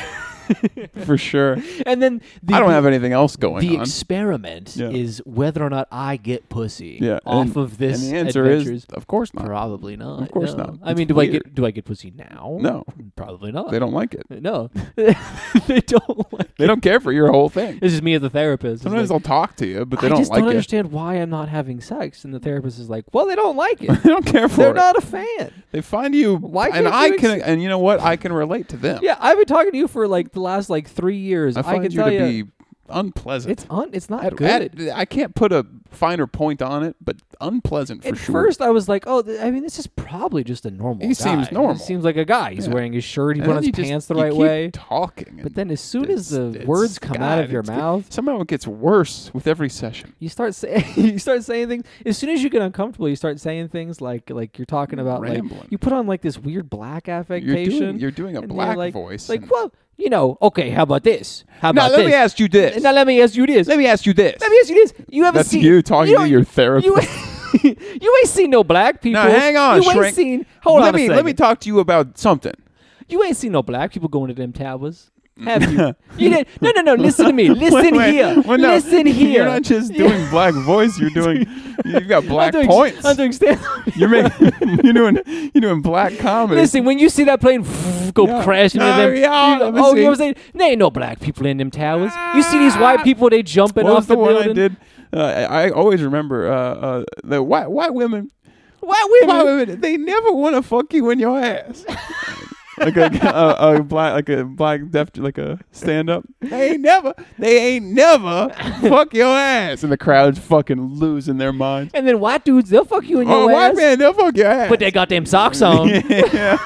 S2: for sure.
S1: and then the,
S2: I don't
S1: the-
S2: have anything else going
S1: the
S2: on.
S1: experiment
S2: Yeah.
S1: is whether or not I get pussy
S2: Yeah,
S1: off
S2: and-
S1: of this
S2: and the answer
S1: adventures.
S2: is, of course not.
S1: Probably not.
S2: Of course
S1: no.
S2: not.
S1: I
S2: It's
S1: mean, do I
S2: weird.
S1: get do I get pussy now?
S2: No,
S1: probably not.
S2: they don't like it.
S1: no, [LAUGHS] they don't. [LAUGHS] Like,
S2: They don't care for your whole thing.
S1: this is me as the therapist. It's
S2: Sometimes
S1: like,
S2: they'll talk to you, but they
S1: I
S2: don't
S1: just
S2: like
S1: don't
S2: it.
S1: understand why I'm not having sex, and the therapist is like, "Well, they don't like it.
S2: [LAUGHS] [LAUGHS] they don't care for
S1: They're
S2: it.
S1: not a fan."
S2: they find you,
S1: Why
S2: and
S1: can't
S2: I
S1: you
S2: can, and you know what? I can relate to them.
S1: Yeah, I've been talking to you for like the last like three years.
S2: I
S1: I,
S2: find
S1: can
S2: you
S1: tell
S2: to
S1: you,
S2: be unpleasant.
S1: it's un, it's not
S2: At-
S1: good.
S2: at- I can't put a finer point on it, but unpleasant for
S1: At
S2: sure.
S1: first, I was like, "Oh, th- I mean, this is probably just a normal."
S2: He seems
S1: guy.
S2: normal.
S1: He seems like a guy. He's
S2: Yeah.
S1: wearing his shirt. He
S2: And
S1: put
S2: then
S1: on
S2: you
S1: his
S2: just-
S1: pants the
S2: you
S1: right
S2: keep
S1: way.
S2: Talking,
S1: But
S2: and
S1: then, as soon as
S2: it's-
S1: the
S2: it's-
S1: words come out
S2: God,
S1: of your
S2: it's-
S1: mouth,
S2: somehow it gets worse with every session.
S1: you start saying [LAUGHS] you start saying things. As soon as you get uncomfortable, you start saying things like like you're talking about
S2: Rambling.
S1: like you put on like this weird black
S2: You're
S1: affectation.
S2: doing, you're doing a
S1: and you're
S2: black
S1: like,
S2: voice.
S1: Like,
S2: and-
S1: well, you know, okay. How about this? How
S2: now
S1: about
S2: let
S1: this?
S2: me ask you this.
S1: Now let me ask you this.
S2: let me ask you this.
S1: Let me ask you this. You haven't
S2: That's
S1: seen
S2: you talking
S1: you
S2: to
S1: don't-
S2: your therapist.
S1: [LAUGHS] You, you ain't [LAUGHS] seen no black people.
S2: Now hang on,
S1: You ain't
S2: shrink.
S1: seen. Hold
S2: let
S1: on. a
S2: me let
S1: second.
S2: me talk to you about something.
S1: You ain't seen no black people going to them towers. Have
S2: [LAUGHS]
S1: you? you did No, no, no. Listen to me. Listen
S2: Wait,
S1: here.
S2: well, no,
S1: Listen here.
S2: [LAUGHS] You're not just doing black voice.
S1: [LAUGHS]
S2: You're doing. You've got black
S1: I'm doing,
S2: points.
S1: I'm doing stand- [LAUGHS]
S2: you're making. [LAUGHS] you're doing. You're doing black comedy.
S1: Listen, when you see that plane [LAUGHS] go
S2: Yeah.
S1: crashing
S2: Oh,
S1: into them,
S2: yeah,
S1: you go,
S2: let me
S1: oh,
S2: see.
S1: you know what I'm saying? There ain't no black people in them towers. You see these white people, they jumping
S2: Ah, what
S1: off
S2: was the, one
S1: building.
S2: I did? Uh, I I always remember uh, uh, the white white women.
S1: White women.
S2: White women. They never want to fuck you in your ass. [LAUGHS] like a, a, a black like a black deaf like a stand up. They ain't never. They ain't never fuck your ass. And the crowd's fucking losing their minds.
S1: And then white dudes, they'll fuck you [LAUGHS] in
S2: Oh,
S1: your
S2: white
S1: ass.
S2: man, they'll fuck your ass.
S1: Put their goddamn
S2: [LAUGHS]
S1: socks on.
S2: yeah.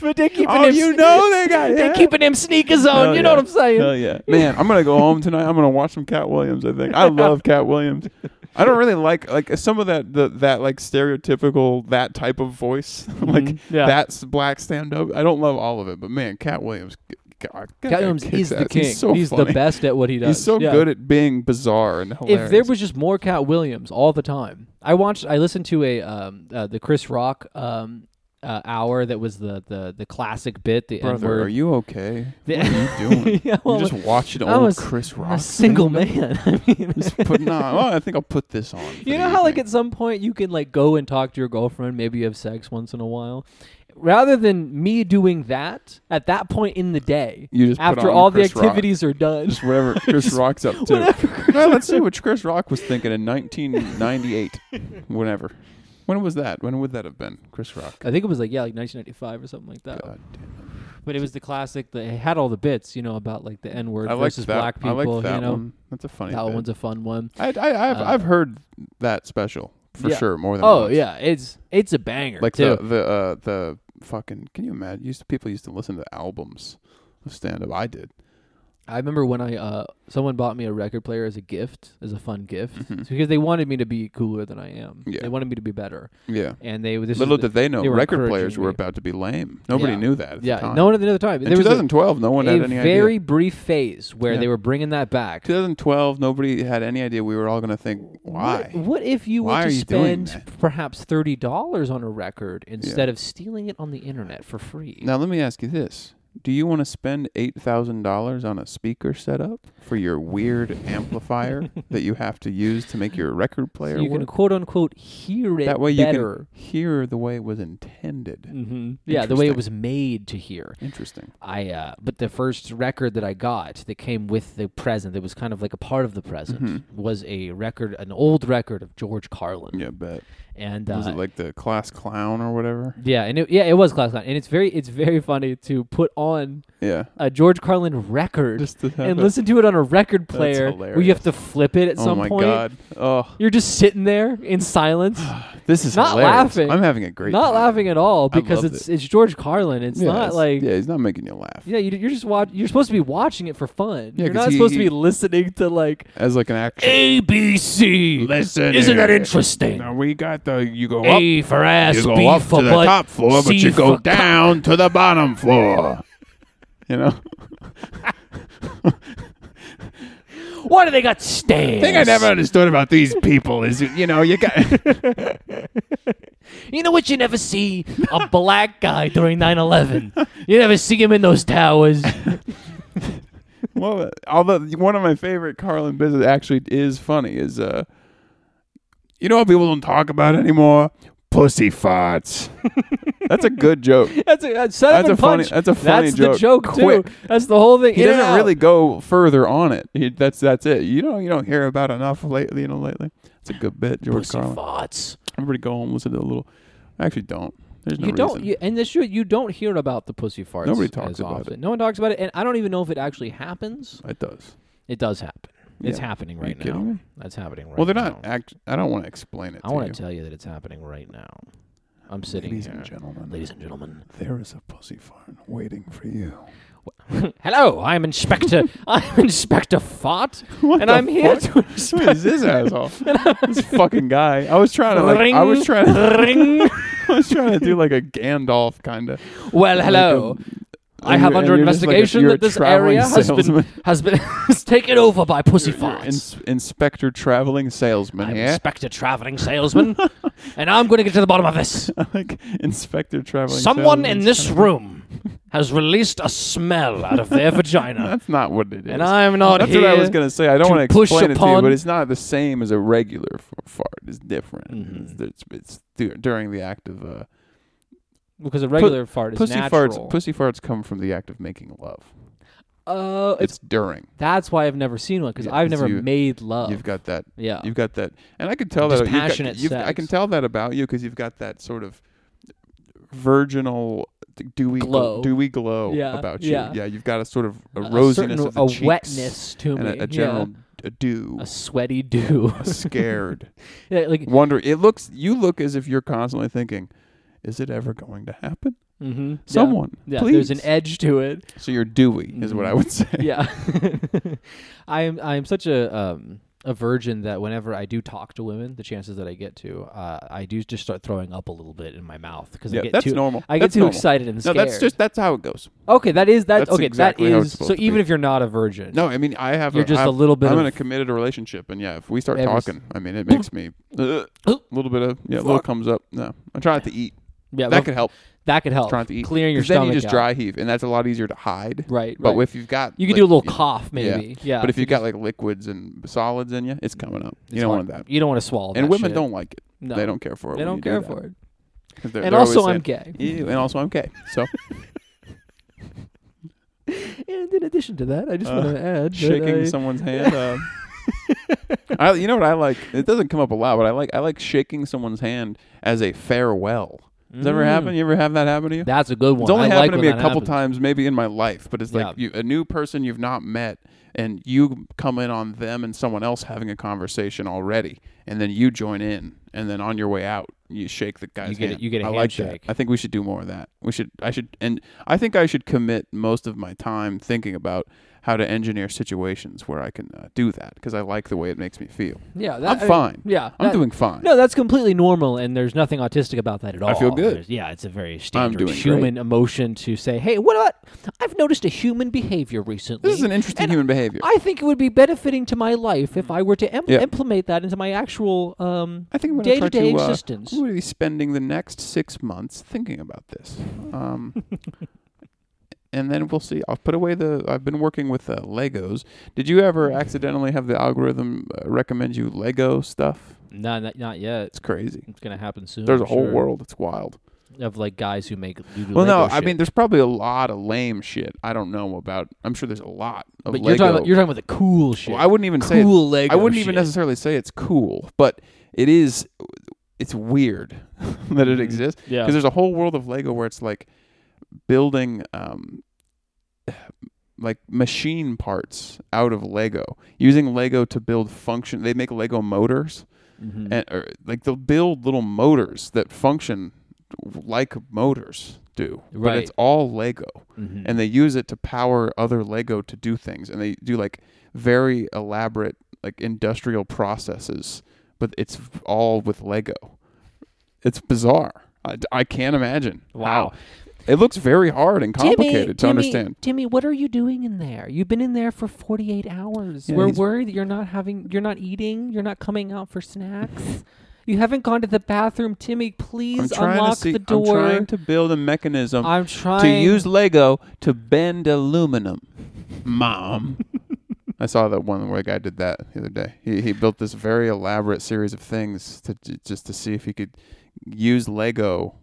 S1: but they keeping
S2: Oh,
S1: them
S2: you
S1: sne-
S2: know they got
S1: they
S2: yeah.
S1: keeping them sneakers on.
S2: Hell
S1: you know
S2: yeah.
S1: what I'm saying?
S2: Hell yeah, man! I'm gonna go home tonight. I'm gonna watch some Cat Williams. I
S1: [LAUGHS]
S2: think I love Cat Williams. I don't really like like some of that the, that like stereotypical that type of voice [LAUGHS] like
S1: Mhm. Yeah.
S2: that's black stand up. I don't love all of it, but man, Cat Williams, g- g- God, that guy
S1: Cat Williams
S2: kicks
S1: is the
S2: ass.
S1: king.
S2: He's so funny.
S1: the best at what he does.
S2: He's so
S1: Yeah.
S2: good at being bizarre and hilarious.
S1: If there was just more Cat Williams all the time, I watched. I listened to a um, uh, the Chris Rock um, uh, hour that was the the the classic bit. The
S2: brother,
S1: N-word.
S2: are
S1: [LAUGHS]
S2: you okay?
S1: The-
S2: what are you doing?
S1: [LAUGHS] Yeah, well,
S2: you just watching
S1: I
S2: old
S1: was
S2: Chris
S1: I'm a
S2: Rock.
S1: single
S2: stand-up?
S1: man. [LAUGHS] I mean,
S2: Just put, nah, well, I think I'll put this on. for
S1: [LAUGHS] you
S2: the
S1: know how like
S2: evening.
S1: at some point you can like go and talk to your girlfriend. Maybe you have sex once in a while. Rather than me doing that at that point in the day,
S2: You just put
S1: after
S2: on
S1: all
S2: Chris
S1: the
S2: Rock.
S1: activities are done,
S2: [LAUGHS] just
S1: [LAUGHS]
S2: whatever Chris Rock's up to. [LAUGHS]
S1: whatever Chris
S2: Well,
S1: [LAUGHS]
S2: let's see what Chris Rock was thinking in 1998. Whenever. When was that? When would that have been? Chris Rock.
S1: I think it was like yeah, like 1995 or something like that.
S2: God damn.
S1: But it was the classic. That it had all the bits, you know, about like the N word
S2: I like
S1: versus
S2: that.
S1: black people.
S2: I like that
S1: you know,
S2: one. That's a funny.
S1: that
S2: bit.
S1: one's a fun one.
S2: I, I, I've
S1: uh,
S2: I've heard that special for
S1: Yeah.
S2: sure more than
S1: Oh
S2: once.
S1: yeah, it's it's a banger
S2: Like
S1: too.
S2: the the uh, the fucking. Can you imagine? Used to, people used to listen to albums of stand up. I did.
S1: I remember when I uh someone bought me a record player as a gift, as a fun gift,
S2: Mhm.
S1: It's because they wanted me to be cooler than I am.
S2: Yeah.
S1: They wanted me to be better,
S2: Yeah.
S1: and they this
S2: Little
S1: is the,
S2: did they know,
S1: they were
S2: record players
S1: encouraging
S2: were
S1: me.
S2: about to be lame. Nobody
S1: Yeah.
S2: knew that. At the
S1: yeah.
S2: time.
S1: No one at another time.
S2: In
S1: there was a,
S2: 2012, no one had
S1: a
S2: any idea.
S1: very brief phase where
S2: Yeah.
S1: they were bringing that back.
S2: 2012, nobody had any idea we were all going to think, why?
S1: What, what if you
S2: Why
S1: were
S2: are
S1: to
S2: you doing
S1: spend perhaps thirty dollars on a record instead of stealing it on the internet for free?
S2: Now, let me ask you this. Do you want to spend $8,000 on a speaker setup for your weird [LAUGHS] amplifier that you have to use to make your record
S1: So
S2: player
S1: you can
S2: work?
S1: quote unquote hear it
S2: that way you
S1: better.
S2: can hear the way it was intended.
S1: hmm Yeah, the way
S2: Interesting.
S1: it was made to hear.
S2: Interesting.
S1: I uh, but the first record that I got that came with the present that was kind of like a part of the present was a record, an old record of George Carlin,
S2: Mm-hmm. Yeah, bet.
S1: and uh,
S2: Was it like the class clown or whatever?
S1: yeah, and it, yeah, it was class clown, and it's very it's very funny to put on
S2: Yeah.
S1: a George Carlin record
S2: [LAUGHS] Just to have
S1: and
S2: it-
S1: listen to it on a record player where you
S2: hilarious.
S1: have to flip it at
S2: Oh
S1: some
S2: my
S1: point.
S2: god. Oh,
S1: You're just sitting there in
S2: [SIGHS]
S1: silence,
S2: this is
S1: Not
S2: hilarious.
S1: laughing.
S2: I'm having a great
S1: not
S2: time.
S1: laughing at all
S2: I
S1: because
S2: loved
S1: it's it's George Carlin. It's
S2: Yeah,
S1: not
S2: it's-
S1: like
S2: Yeah, he's not making you laugh.
S1: Yeah, you, you're just watch. You're supposed to be watching it for fun.
S2: Yeah,
S1: you're
S2: 'cause
S1: not
S2: he-
S1: supposed to
S2: he-
S1: be listening to like
S2: As like an actor.
S1: A B C.
S2: Listen
S1: Isn't that
S2: here.
S1: interesting?
S2: Now we got the you go up,
S1: A for ass,
S2: you go
S1: B
S2: up
S1: for
S2: to the
S1: butt,
S2: top floor, but
S1: C
S2: you go
S1: for
S2: down to the bottom floor. You know,
S1: co- Why do they got stands?
S2: thing I never understood
S1: [LAUGHS]
S2: about these people is you know you got [LAUGHS]
S1: You know what? You never see a black guy during 9/11. You never see him in those towers.
S2: Well, although one of my favorite Carlin bits that actually is funny is, uh, you know what people don't talk about anymore?
S1: [LAUGHS]
S2: Pussy farts. that's a good joke.
S1: [LAUGHS] That's a that's setup
S2: That's
S1: and
S2: a funny-
S1: punch.
S2: that's a funny
S1: that's
S2: joke.
S1: the joke
S2: Quick.
S1: too. That's the whole thing.
S2: He
S1: In and
S2: doesn't
S1: out.
S2: really go further on it. He, that's that's it. You know, you don't hear about enough lately. You know, lately. It's a good bit, George
S1: pussy
S2: Carlin.
S1: farts. Everybody
S2: Everybody go home listen to a little. I actually don't. There's no
S1: you don't,
S2: reason.
S1: you, and this should you don't hear about the pussy farts.
S2: Nobody talks
S1: as
S2: about it.
S1: often. No one talks about it, and I don't even know if it actually happens.
S2: it does.
S1: It does happen. It's
S2: Yeah.
S1: happening
S2: Are
S1: right
S2: you kidding
S1: now.
S2: me?
S1: That's happening right.
S2: Well, they're
S1: now.
S2: not. Act, I don't want to explain it.
S1: I
S2: to
S1: want
S2: you.
S1: to tell you that it's happening right now. I'm sitting
S2: ladies
S1: here,
S2: and gentlemen.
S1: ladies and gentlemen.
S2: There is a pussy farm waiting
S1: [LAUGHS]
S2: for you.
S1: Hello, I'm
S2: [LAUGHS]
S1: Inspector. I'm Inspector Fart,
S2: What
S1: and
S2: the
S1: I'm here
S2: fuck?
S1: to inspect.
S2: Who is this
S1: [LAUGHS]
S2: asshole? this fucking guy. I was trying to like.
S1: ring,
S2: I was trying. To, [LAUGHS]
S1: ring.
S2: I was trying to do like a Gandalf kind of.
S1: Well, hello.
S2: um,
S1: I have under investigation that this area has been [LAUGHS] has been is taken over by pussy farts.
S2: inspector traveling salesman.
S1: I'm
S2: yeah.
S1: Inspector Traveling
S2: [LAUGHS]
S1: Salesman, and I'm going to get to the bottom of this.
S2: like inspector traveling.
S1: Someone in
S2: salesman's
S1: this
S2: kinda-
S1: room has released a smell out of their
S2: [LAUGHS]
S1: vagina,
S2: [LAUGHS] That's not what it is.
S1: and I'm not
S2: That's
S1: here.
S2: what I was gonna say. I don't
S1: to
S2: want to
S1: push
S2: explain it to you,
S1: upon-
S2: but it's not the same as a regular f- fart. It's different.
S1: Mm-hmm.
S2: It's, it's, it's du- during the act of uh,
S1: because a regular fart is
S2: pussy
S1: natural.
S2: farts. Pussy farts come from the act of making love.
S1: Uh,
S2: It's during.
S1: that's why I've never seen one because
S2: Yeah,
S1: I've
S2: 'cause
S1: never
S2: you-
S1: made love.
S2: You've got that.
S1: yeah,
S2: You've got that, and I can tell that you've got,
S1: Dispassionate
S2: you've- I
S1: sex.
S2: can tell that about you because you've got that sort of virginal dewy gl-
S1: Glow.
S2: dewy glow
S1: Yeah,
S2: about you.
S1: yeah.
S2: you've got a sort of a,
S1: A
S2: rosiness,
S1: certain-
S2: of the
S1: a
S2: cheeks
S1: wetness to
S2: and
S1: me.
S2: a,
S1: yeah.
S2: a general d- a dew,
S1: a sweaty [LAUGHS] do.
S2: a scared.
S1: [LAUGHS] yeah, like,
S2: wonder it looks you look as if you're constantly thinking is it ever going to happen
S1: mhm, yeah.
S2: someone
S1: Yeah,
S2: please
S1: there's an e Mm-hmm. edge to it.
S2: [LAUGHS] so you're dewy is what i would [LAUGHS] say
S1: yeah [LAUGHS] i am i am such a um a virgin that whenever i do talk to women the chances that i get to uh i do just start throwing up a little bit in my mouth because
S2: Yeah,
S1: i get
S2: that's
S1: too
S2: normal
S1: i get
S2: That's
S1: too
S2: normal.
S1: excited and
S2: no
S1: scared
S2: that's just that's how it goes
S1: okay that is that
S2: That's
S1: okay
S2: exactly how
S1: that
S2: it's
S1: is
S2: supposed
S1: so
S2: to
S1: even
S2: be.
S1: if you're not a virgin
S2: no i mean i have
S1: You're
S2: a,
S1: just
S2: I've-
S1: a little bit
S2: i'm in
S1: of-
S2: a committed relationship and yeah if we start
S1: Every s-
S2: talking i mean it makes me uh, a little bit of yeah a little
S1: Fuck.
S2: comes up no i try not to eat
S1: yeah
S2: that
S1: that,
S2: could help
S1: that could help
S2: trying to eat
S1: clearing your
S2: 'Cause then
S1: stomach
S2: you just
S1: out.
S2: dry heave and that's a lot easier to hide
S1: right
S2: but
S1: right.
S2: if you've got
S1: you could
S2: like,
S1: do a little
S2: you-
S1: cough maybe yeah,
S2: but if you've got like liquids and solids in you it's coming up
S1: it's
S2: you don't
S1: hard.
S2: want that
S1: you don't want to swallow
S2: and
S1: that
S2: women
S1: shit.
S2: don't like it
S1: no.
S2: they don't care for it
S1: they
S2: when
S1: don't
S2: you do
S1: care
S2: that.
S1: for it
S2: 'Cause they're-
S1: and
S2: they're always
S1: also i'm
S2: saying,
S1: gay
S2: Ew, and also I'm gay. So
S1: and in addition to that i just
S2: Uh,
S1: want to add that
S2: shaking
S1: I-
S2: someone's hand. Uh, I, you know what I like? It doesn't come up a lot, but I like I like shaking someone's hand as a farewell. Does that ever
S1: Mm.
S2: happen? You ever have that happen to you?
S1: That's a good one.
S2: it's only
S1: I like
S2: happened to
S1: when
S2: me a
S1: that
S2: couple
S1: happens.
S2: times, maybe in my life. But it's like
S1: Yeah.
S2: you, a new person you've not met, and you come in on them and someone else having a conversation already, and then you join in, and then on your way out, you shake the guy's
S1: You get a-
S2: hand.
S1: you get a
S2: I like that.
S1: handshake.
S2: I think we should do more of that. We should. I should, and I think I should commit most of my time thinking about how to engineer situations where I can uh, do that because I like the way it makes me feel.
S1: Yeah, that,
S2: I'm
S1: I mean,
S2: fine.
S1: yeah,
S2: I'm
S1: that-
S2: doing fine.
S1: No, that's completely normal, and there's nothing autistic about that at all.
S2: I feel good.
S1: There's- yeah, it's a very standard
S2: doing
S1: human emotion to say, "Hey, what about? I've noticed a human behavior recently.
S2: This is an interesting
S1: and
S2: human behavior.
S1: I think it would be benefiting to my life if I were to em-
S2: Yeah.
S1: implement that into my actual um,
S2: I think I'm going to try
S1: day-to-day
S2: to. Uh,
S1: existence." [LAUGHS]
S2: I'm going to be spending the next six months thinking about this, um, and then we'll see. I'll put away the. I've been working with uh, Legos. Did you ever
S1: Mm.
S2: accidentally have the algorithm uh, recommend you Lego stuff?
S1: no, not, not yet.
S2: It's crazy.
S1: It's gonna happen soon.
S2: There's
S1: I'm
S2: a whole
S1: sure,
S2: world. It's wild.
S1: of like guys who make. do
S2: well, no,
S1: Lego
S2: I
S1: shit.
S2: mean, there's probably a lot of lame shit I don't know about. I'm sure there's a lot of
S1: but
S2: Lego.
S1: you're talking about you're talking about the cool shit.
S2: Well, I wouldn't even say it-
S1: cool Lego.
S2: I wouldn't
S1: shit.
S2: even necessarily say it's cool, but it is. It's weird [LAUGHS] that it
S1: Mhm.
S2: exists.
S1: Yeah.
S2: because there's a whole world of Lego where it's like building um like machine parts out of Lego, using Lego to build function. They make Lego motors,
S1: Mhm.
S2: and or, like they'll build little motors that function like motors do. But
S1: Right.
S2: it's all Lego,
S1: Mhm.
S2: and they use it to power other Lego to do things, and they do like very elaborate like industrial processes, but it's all with Lego. It's bizarre. I, I can't imagine.
S1: Wow.
S2: how- It looks very hard and complicated to understand.
S1: Timmy, what are you doing in there? You've been in there for 48 hours.
S2: Yeah,
S1: We're
S2: he's-
S1: worried that you're not having, you're not eating, you're not coming out for snacks. you haven't gone to the bathroom, Timmy.
S2: I'm
S1: Please
S2: trying to
S1: unlock
S2: see.
S1: the door.
S2: I'm trying to um, build a mechanism
S1: I'm trying
S2: to use Lego to bend aluminum. Mom. [LAUGHS] I saw that one where a guy did that the other day. He he built this very elaborate series of things to, to just to see if he could use Lego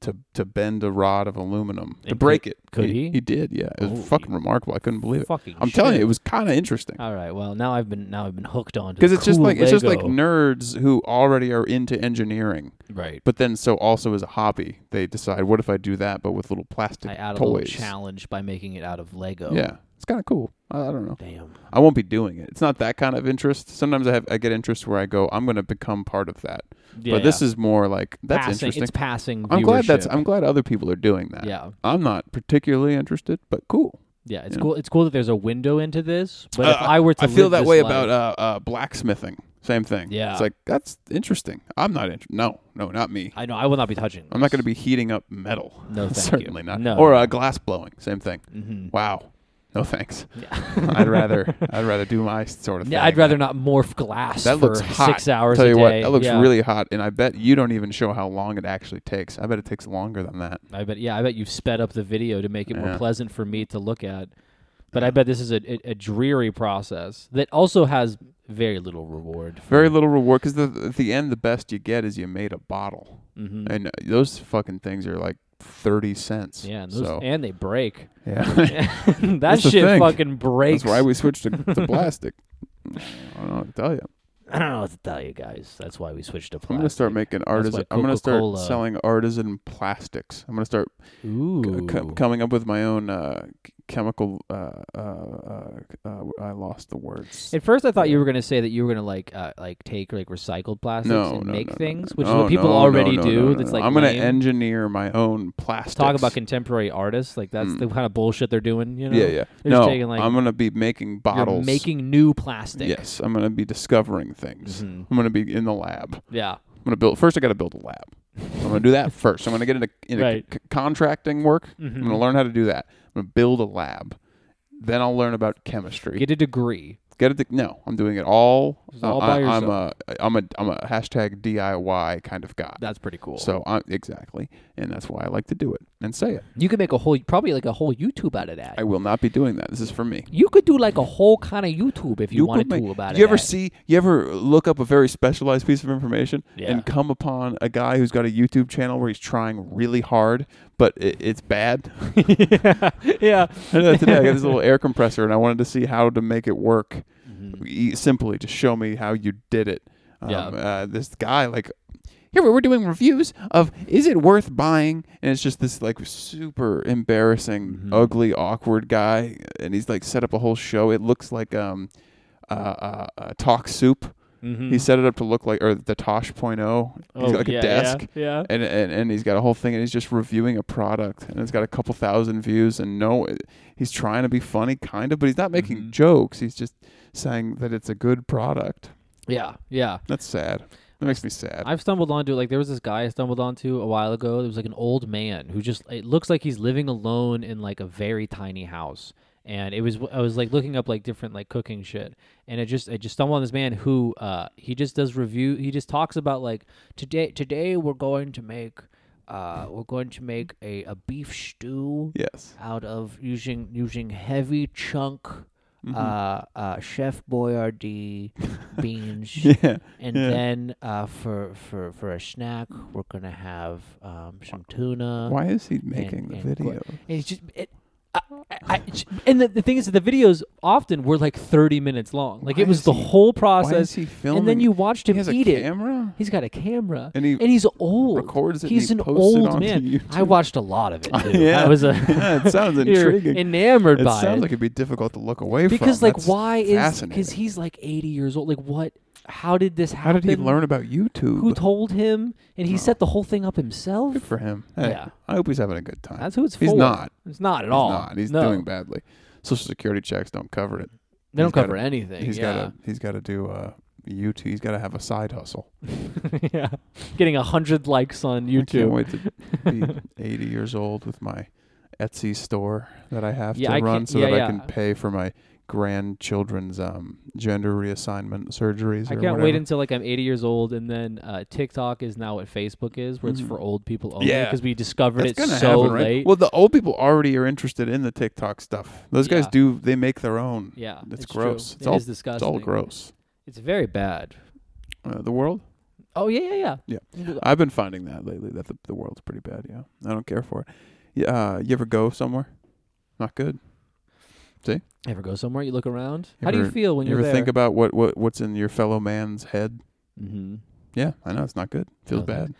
S2: to to bend a rod of aluminum to
S1: And
S2: break it.
S1: could he?
S2: He, did. Yeah, it was
S1: Holy
S2: fucking remarkable. I couldn't believe it.
S1: Fucking.
S2: I'm telling you,
S1: shit. Uh,
S2: it was kind of interesting
S1: All right. Well, now I've been now I've been hooked on
S2: because it's just like it's just like
S1: no,
S2: nerds who already are into engineering,
S1: right.
S2: but then so also as a hobby, they decide, what if I do that but with little plastic
S1: I add a little
S2: toys?
S1: challenge by making it out of Lego.
S2: Yeah, it's kind of cool. I, I don't know.
S1: Damn.
S2: I won't be doing it. It's not that kind of interest. Sometimes I have I get interest where I go, I'm going to become part of that.
S1: Yeah.
S2: but this is more like that's
S1: passing,
S2: interesting.
S1: It's passing.
S2: I'm glad that's
S1: viewership.
S2: I'm glad other people are doing that.
S1: Yeah.
S2: I'm not particularly interested, but cool.
S1: Yeah. It's
S2: Yeah.
S1: cool. It's cool that there's a window into this. But if
S2: Uh,
S1: I were to
S2: I feel
S1: live
S2: that
S1: this
S2: way
S1: life-
S2: about uh, uh, blacksmithing. Same thing.
S1: Yeah.
S2: It's like that's interesting. I'm not inter- no, no, not me.
S1: I know I will not be touching.
S2: I'm not going to be heating up metal.
S1: No, thank you.
S2: [LAUGHS] certainly not.
S1: No.
S2: Or uh, glass blowing. Same thing.
S1: hmm
S2: Wow. No thanks.
S1: Yeah.
S2: [LAUGHS]
S1: [LAUGHS]
S2: I'd rather I'd rather do my sort of.
S1: Yeah,
S2: thing.
S1: I'd rather not morph glass
S2: That
S1: for
S2: looks hot.
S1: six hours
S2: Tell
S1: a
S2: you
S1: day.
S2: what, that looks
S1: Yeah.
S2: really hot, and I bet you don't even show how long it actually takes. I bet it takes longer than that.
S1: I bet. Yeah, I bet you've sped up the video to make it more
S2: Yeah.
S1: pleasant for me to look at. But I bet this is a, a, a dreary process that also has very little reward.
S2: Very little reward because the, at the end, the best you get is you made a bottle,
S1: Mm-hmm.
S2: and uh, those fucking things are like thirty cents.
S1: Yeah, and, those,
S2: so,
S1: and they break. [LAUGHS]
S2: yeah,
S1: that
S2: [LAUGHS] That's the
S1: shit
S2: thing.
S1: fucking breaks.
S2: that's why we switched
S1: [LAUGHS]
S2: to, to plastic. I don't know what to tell you.
S1: I don't know what to tell you guys. That's why we switched to plastic.
S2: I'm gonna start making artisan.
S1: why
S2: I'm gonna start
S1: Coca-Cola-
S2: selling artisan plastics. I'm gonna start c-
S1: Ooh.
S2: c- coming up with my own uh, c- chemical. Uh, uh, uh, uh, I lost the words.
S1: At first, I thought you were gonna say that you were gonna like uh, like take like recycled plastics
S2: no,
S1: and
S2: no,
S1: make
S2: no, no,
S1: things,
S2: no,
S1: which is
S2: no,
S1: what people
S2: no, no,
S1: already
S2: no,
S1: do.
S2: no, no,
S1: that's
S2: no.
S1: like
S2: I'm gonna
S1: lame.
S2: engineer my own plastics.
S1: talk about contemporary artists. Like that's
S2: Mm.
S1: the kind of bullshit they're doing. You know?
S2: yeah, yeah.
S1: They're just
S2: No,
S1: taking, like,
S2: I'm gonna be making
S1: You're
S2: bottles.
S1: making new plastic.
S2: yes, Mm-hmm. I'm gonna be discovering things.
S1: Mhm.
S2: I'm gonna be in the lab.
S1: Yeah.
S2: I'm gonna build. First, I gotta build a lab. I'm gonna
S1: [LAUGHS]
S2: do that first. I'm gonna get into, into
S1: Right.
S2: c- contracting work.
S1: Mhm.
S2: I'm gonna learn how to do that. I'm gonna build a lab. Then I'll learn about chemistry.
S1: Get a degree.
S2: Get it? No, I'm doing it all. uh,
S1: It's all
S2: I,
S1: by
S2: I'm a I'm a I'm a hashtag DIY kind of guy.
S1: That's pretty cool.
S2: So I'm exactly, and that's why I like to do it and say it.
S1: you could make a whole, probably like a whole YouTube out of that.
S2: I will not be doing that. This is for me.
S1: you could do like a whole kind of YouTube if you,
S2: could
S1: wanted
S2: make-
S1: to about
S2: do you
S1: it.
S2: ever see? You ever look up a very specialized piece of information
S1: Yeah.
S2: and come upon a guy who's got a YouTube channel where he's trying really hard, but it, it's bad.
S1: [LAUGHS]
S2: [LAUGHS]
S1: yeah.
S2: I know today I got this little air compressor, and I wanted to see how to make it work e- simply to show me how you did it. Um,
S1: Yeah.
S2: uh, this guy like. Here we're doing reviews of is it worth buying, and it's just this like super embarrassing,
S1: Mhm.
S2: ugly, awkward guy, and he's like set up a whole show. It looks like um, uh, uh, uh talk soup.
S1: Mm-hmm.
S2: He set it up to look like or the Tosh .0. oh, he's got like
S1: yeah,
S2: a desk.
S1: Yeah.
S2: And, and and he's got a whole thing and he's just reviewing a product and it's got a couple thousand views and no he's trying to be funny kind of but he's not making
S1: Mhm.
S2: jokes he's just saying that it's a good product
S1: Yeah. Yeah.
S2: that's sad that makes me sad
S1: I've stumbled onto like there was this guy I stumbled onto a while ago. There was like an old man who just it looks like he's living alone in like a very tiny house. And it was I was like looking up like different like cooking shit, and it just I just stumbled on this man who uh he just does review. He just talks about like today today we're going to make uh we're going to make a, a beef stew
S2: yes
S1: out of using using heavy chunk
S2: Mm-hmm.
S1: uh, uh, Chef Boyardee
S2: [LAUGHS]
S1: beans.
S2: [LAUGHS] yeah
S1: And
S2: Yeah.
S1: then uh, for for for a snack, we're gonna have um, some tuna.
S2: why is he making the
S1: and what-
S2: video
S1: And it's just it, I, I, I- it's- and the, the thing is, that the videos often were like thirty minutes long. Like
S2: Why
S1: it was
S2: is
S1: the
S2: he-
S1: whole
S2: why is
S1: process,
S2: he filming
S1: and then you watched
S2: he
S1: him
S2: has
S1: eat
S2: a
S1: it.
S2: camera
S1: He's got a camera,
S2: and he
S1: and he's old.
S2: records it and
S1: he's
S2: he
S1: an
S2: posts it
S1: old
S2: onto
S1: man. I
S2: [LAUGHS] YouTube.
S1: watched a lot
S2: [LAUGHS]
S1: of it. Too.
S2: Yeah.
S1: I was a
S2: Yeah, it sounds
S1: [LAUGHS] you're
S2: intriguing.
S1: enamored
S2: it
S1: by
S2: sounds
S1: it
S2: like it'd be difficult to look away from
S1: because like
S2: That's
S1: why is because
S2: fascinating.
S1: he's like eighty years old. Like what? How did this
S2: how
S1: happen?
S2: did he learn about YouTube
S1: who told him, and he set the whole thing up himself.
S2: Good for him. Hey,
S1: Yeah.
S2: I hope he's having a good time.
S1: That's who it's for.
S2: He's not.
S1: It's not at
S2: he's
S1: all.
S2: not. He's
S1: No.
S2: doing badly. Social security checks don't cover it.
S1: They don't
S2: he's gotta-
S1: cover anything.
S2: He's
S1: yeah.
S2: gotta he's gotta do uh YouTube he's gotta have a side hustle.
S1: yeah. [LAUGHS] Getting a hundred likes on
S2: I can't
S1: YouTube.
S2: wait
S1: [LAUGHS]
S2: to be eighty years old with my Etsy store that I have
S1: Yeah,
S2: to
S1: I
S2: run
S1: can't-
S2: so
S1: yeah,
S2: that
S1: yeah.
S2: I can pay for my grandchildren's um, gender reassignment surgeries.
S3: I
S2: or
S3: can't wait
S2: whatever.
S3: until like I'm 80 years old, and then uh, TikTok is now what Facebook is, where
S1: Mm-hmm.
S2: Mhm.
S3: it's for old people only.
S2: Yeah.
S3: because we discovered
S2: That's
S3: it
S2: gonna
S3: so
S2: happen, right?
S3: late.
S2: Well, the old people already are interested in the TikTok stuff. Those guys
S3: Yeah.
S2: do. They make their own.
S3: yeah,
S2: That's
S3: it's true.
S2: gross. It's
S3: It
S2: all-
S3: is disgusting.
S2: It's all gross.
S3: It's very bad.
S2: Uh, the world.
S3: Oh yeah, yeah, yeah.
S2: I've been finding that lately. That the, the world's pretty bad. Yeah, I don't care for it. Yeah, uh, you ever go somewhere? Not good.
S1: Ever go somewhere? You look around.
S2: You
S1: How do you
S2: ever-
S1: feel when
S2: you
S1: are
S2: ever
S1: there?
S2: think about what, what what's in your fellow man's head?
S1: mm-hmm.
S2: Yeah, I know it's not good. Feels
S1: No, thanks.
S2: bad.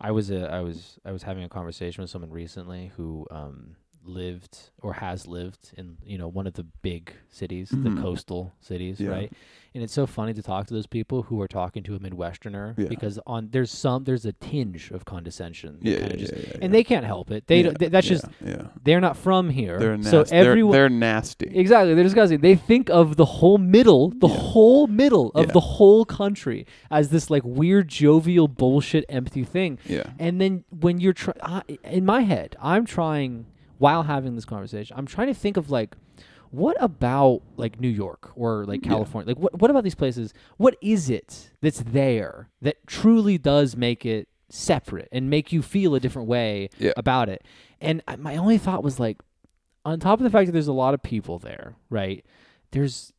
S1: I was uh, I was I was having a conversation with someone recently who um, lived or has lived in you know one of the big cities,
S2: Mhm.
S1: the coastal cities,
S2: Yeah.
S1: right? And it's so funny to talk to those people who are talking to a Midwesterner
S2: Yeah.
S1: because on there's some there's a tinge of condescension, that
S2: Yeah,
S1: kinda
S2: yeah,
S1: just-
S2: yeah, yeah,
S1: and
S2: yeah.
S1: they can't help it. They
S2: Yeah,
S1: don't, th- that's
S2: yeah,
S1: just
S2: yeah.
S1: they're not from here,
S2: They're nasty.
S1: so
S2: They're-
S1: everyone
S2: they're, nasty.
S1: Exactly, they're disgusting. They think of the whole middle, the
S2: Yeah.
S1: whole middle of
S2: Yeah.
S1: the whole country as this like weird, jovial, bullshit, empty thing.
S2: yeah.
S1: And then when you're try- I, in my head, I'm trying while having this conversation, I'm trying to think of like what about like New York or like
S2: Yeah.
S1: California? Like what what about these places? What is it that's there that truly does make it separate and make you feel a different way
S2: Yeah.
S1: about it? And I, my only thought was like on top of the fact that there's a lot of people there, right? There's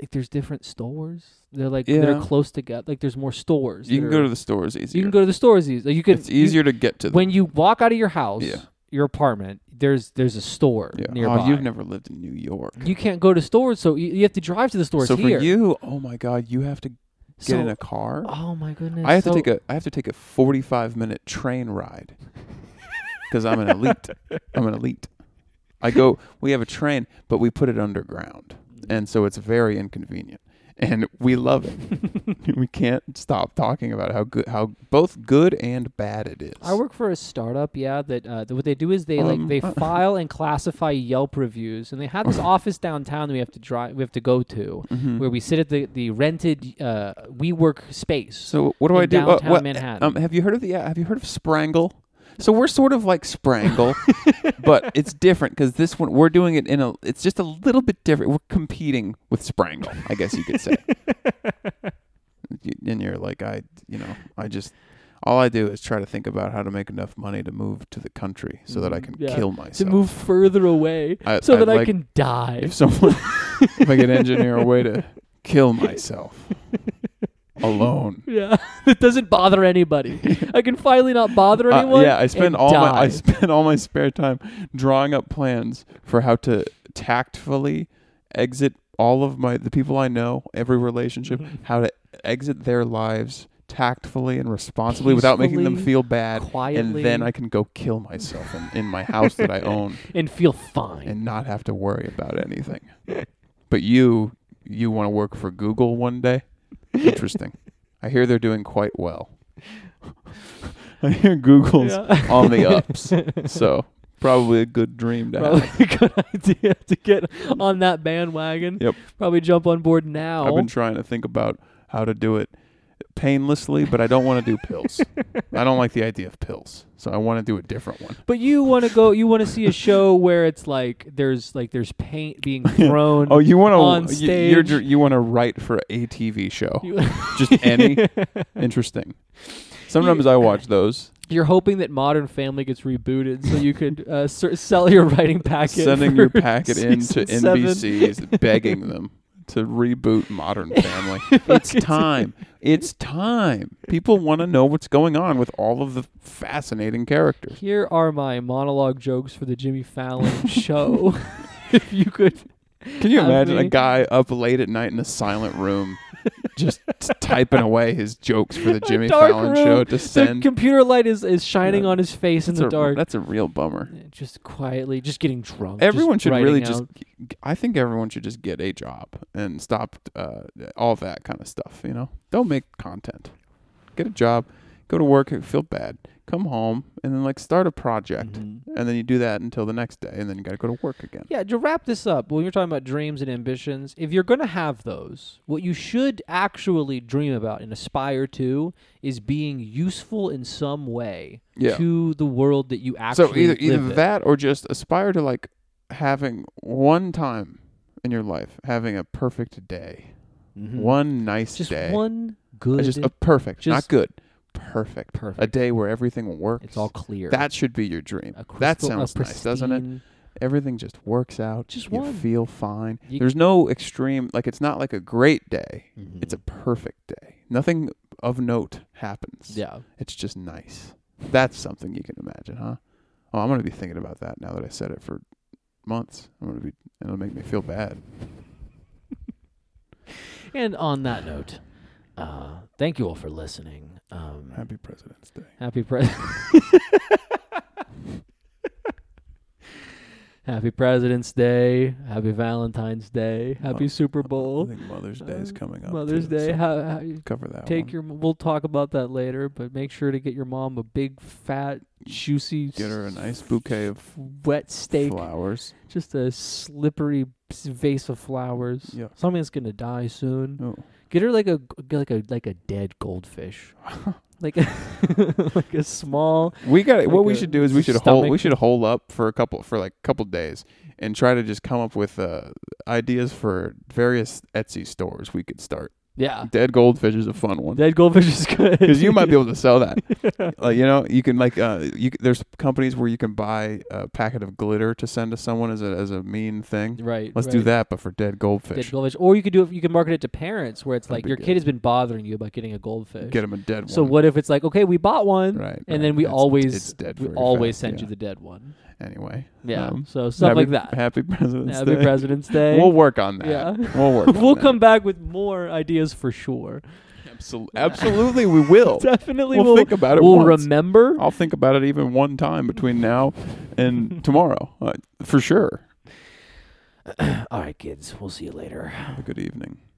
S1: like there's different stores. They're like
S2: Yeah.
S1: they're close together. Like there's more stores.
S2: You
S1: that
S2: can go
S1: are-
S2: to the stores easier.
S1: you can go to the stores. eas- Like you can
S2: it's
S1: you-
S2: easier to get to them.
S1: when you walk out of your house,
S2: Yeah.
S1: your apartment, there's there's a store
S2: yeah.
S1: nearby.
S2: Oh, you've never lived in New York.
S1: you can't go to stores, so you, you have to drive to the stores
S2: so
S1: here.
S2: for you, oh my God, you have to get
S1: so,
S2: in a car.
S1: oh my goodness,
S2: I have
S1: so-
S2: to take a I have to take a 45 minute train
S1: [LAUGHS]
S2: ride because I'm an elite. I'm an elite. I go. We have a train, but we put it underground, and so it's very inconvenient. And we love
S1: [LAUGHS]
S2: it. we can't stop talking about how good, how both good and bad it is.
S1: I work for a startup, yeah. That uh, th- what they do is they
S2: Um,
S1: like they
S2: uh,
S1: file and classify Yelp reviews, and they
S2: [LAUGHS]
S1: have this office downtown that we have to drive, we have to go to,
S2: Mhm.
S1: where we sit at the the rented uh, WeWork space.
S2: So what do
S1: in
S2: I do? Uh,
S1: downtown
S2: what-
S1: Manhattan.
S2: Um, have you heard of the? Uh, have you heard of Sprangle? So we're sort of like Sprangle, but it's different because this one we're doing it in a. It's just a little bit different. We're competing with Sprangle, I guess you could say. You- and you're like, I, you know, I just. All I do is try to think about how to make enough money to move to the country so that I
S1: Mhm.
S2: can
S1: Yeah.
S2: kill
S1: to
S2: myself.
S1: move further away,
S2: I,
S1: so
S2: I'd
S1: that I
S2: like-
S1: can die.
S2: If someone, [LAUGHS] if I could engineer a way
S1: [LAUGHS]
S2: to kill myself alone.
S1: Yeah, [LAUGHS] that doesn't bother
S2: [LAUGHS]
S1: anybody. I can finally not bother
S2: Uh,
S1: anyone.
S2: yeah, I
S1: and
S2: spend all my I
S1: die.
S2: spend all my spare time drawing up plans for how to tactfully exit all of my the people I know, every relationship,
S1: Mm-hmm.
S2: how to exit their lives tactfully and responsibly without making them
S1: Peacefully,
S2: feel bad.
S1: quietly
S2: And then I can go kill myself in, in my house
S1: [LAUGHS]
S2: that I own
S1: and feel fine.
S2: and not have to worry about anything. But you you want to work for Google one day? Interesting. I hear they're doing quite well. [LAUGHS] I hear Google's
S1: Yeah.
S2: on the ups. So probably a good dream
S1: [LAUGHS]
S2: to
S1: Probably [LAUGHS]
S2: have.
S1: a good idea to get on that bandwagon.
S2: Yep.
S1: Probably jump on board now.
S2: I've been trying to think about how to do it painlessly, but I don't want to do
S1: [LAUGHS]
S2: pills. I don't like the idea of pills, so I want to do a different one.
S1: but you want to go? You want to see a show [LAUGHS] where it's like there's like there's paint being thrown.
S2: [LAUGHS] Oh, you
S1: On
S2: want to you're,
S1: stage.
S2: dr- you want to write for a TV show?
S1: You- [LAUGHS]
S2: Just any interesting. Sometimes I watch those.
S1: You're hoping that Modern Family gets rebooted so you could uh, cer- sell your writing packet. [LAUGHS]
S2: sending your
S1: for
S2: packet in to
S1: season seven.
S2: NBC is
S1: [LAUGHS]
S2: begging them to reboot Modern Family. it's time. It's time. People want to know what's going on with all of the fascinating characters.
S1: Here are my monologue jokes for the Jimmy
S2: [LAUGHS]
S1: Fallon show. [LAUGHS] if you could
S2: Can you
S1: Have
S2: imagine a
S1: me-
S2: guy up late at night in a silent room
S1: [LAUGHS]
S2: just typing away his jokes for the Jimmy
S1: dark
S2: Fallon
S1: room.
S2: show to
S1: the
S2: send?
S1: computer light is, is shining
S2: Yeah.
S1: on his face in
S2: That's
S1: the
S2: a-
S1: dark.
S2: That's a real bummer.
S1: Yeah, just quietly, just getting drunk. just
S2: Everyone should really
S1: writing
S2: just.
S1: out.
S2: I think everyone should just get a job and stop uh, all that kind of stuff. You know, don't make content. Get a job, go to work, feel bad, come home, and then like start a project,
S1: Mhm.
S2: and then you do that until the next day, and then you got to go to work again.
S1: Yeah, to wrap this up, when you're talking about dreams and ambitions, if you're going to have those, what you should actually dream about and aspire to is being useful in some way
S2: Yeah.
S1: to the world that you actually
S2: so either either
S1: live in.
S2: that or just aspire to like having one time in your life having a perfect day,
S1: Mhm.
S2: one nice
S1: just
S2: day,
S1: one
S2: Uh,
S1: good.
S2: just a perfect, not
S1: just-
S2: good, perfect, a
S1: perfect.
S2: day where everything works.
S1: it's all clear.
S2: that should be your dream.
S1: a crystal,
S2: that
S1: a
S2: sounds nice, doesn't it?
S1: pristine-
S2: Everything just works out.
S1: Just
S2: you
S1: one.
S2: feel fine.
S1: You-
S2: There's no extreme. Like it's not like a great day.
S1: Mhm.
S2: It's a perfect day. Nothing of note happens.
S1: yeah.
S2: It's just nice. That's something you can imagine, huh? Oh, I'm gonna be thinking about that now that I said it for months. I'm gonna be. It'll make me feel bad.
S1: And on that note, uh, thank you all for listening. Um,
S2: Happy President's Day.
S1: Happy
S2: [LAUGHS]
S1: pre- Happy President's Day. Happy Valentine's Day. Happy
S2: Mo-
S1: Super
S2: I
S1: Bowl.
S2: think Mother's Day is
S1: Uh,
S2: coming up.
S1: Mother's
S2: too,
S1: Day.
S2: so
S1: How, how you
S2: cover that.
S1: take
S2: one.
S1: your. We'll talk about that later, but make sure to get your mom a big, fat, juicy.
S2: Get her a nice
S1: s-
S2: bouquet of
S1: wet steak.
S2: flowers.
S1: Just a slippery s- vase of flowers.
S2: Yeah.
S1: Something that's gonna die soon.
S2: Oh.
S1: Get her like a like a like a dead goldfish. [LAUGHS] like a like a small
S2: We got what
S1: Like
S2: we
S1: a
S2: should do is we should hole we
S1: stomach.
S2: should hole up for a couple for like a couple days and try to just come up with uh, ideas for various Etsy stores we could start.
S1: yeah.
S2: Dead goldfish is a fun one
S1: [LAUGHS] Dead goldfish is good.
S2: because
S1: [LAUGHS]
S2: you might be able to sell that. Like you know, you can like uh, you c- there's companies where you can buy a packet of glitter to send to someone as a as a mean thing.
S1: right.
S2: Let's
S1: right.
S2: do that, but for dead
S1: Dead
S2: goldfish,
S1: goldfish, or you could do it. You can market it to parents, where it's
S2: That'd
S1: like
S2: be
S1: your
S2: good.
S1: kid has been bothering you about getting a goldfish.
S2: get them a dead
S1: so
S2: one.
S1: what if it's like, okay, we bought one,
S2: Right. right.
S1: and then we
S2: It's-
S1: always
S2: it's dead
S1: we
S2: very
S1: always
S2: fast,
S1: send
S2: yeah.
S1: you the dead one.
S2: anyway.
S1: Yeah.
S2: Um,
S1: so stuff
S2: happy,
S1: like that.
S2: Happy President's
S1: Happy
S2: Day.
S1: President's Day. [LAUGHS]
S2: We'll work on that.
S1: Yeah.
S2: [LAUGHS] We'll work.
S1: We'll
S2: on
S1: come back with more ideas for sure.
S2: That. Absol- absolutely, we [LAUGHS] will.
S1: Definitely,
S2: Oh. we'll,
S1: we'll
S2: think about it.
S1: we'll
S2: once.
S1: remember.
S2: I'll think about it even one time between now [LAUGHS] and tomorrow, uh, for sure. Oh.
S1: [CLEARS THROAT] All right, kids. We'll see you later.
S2: Have a good evening.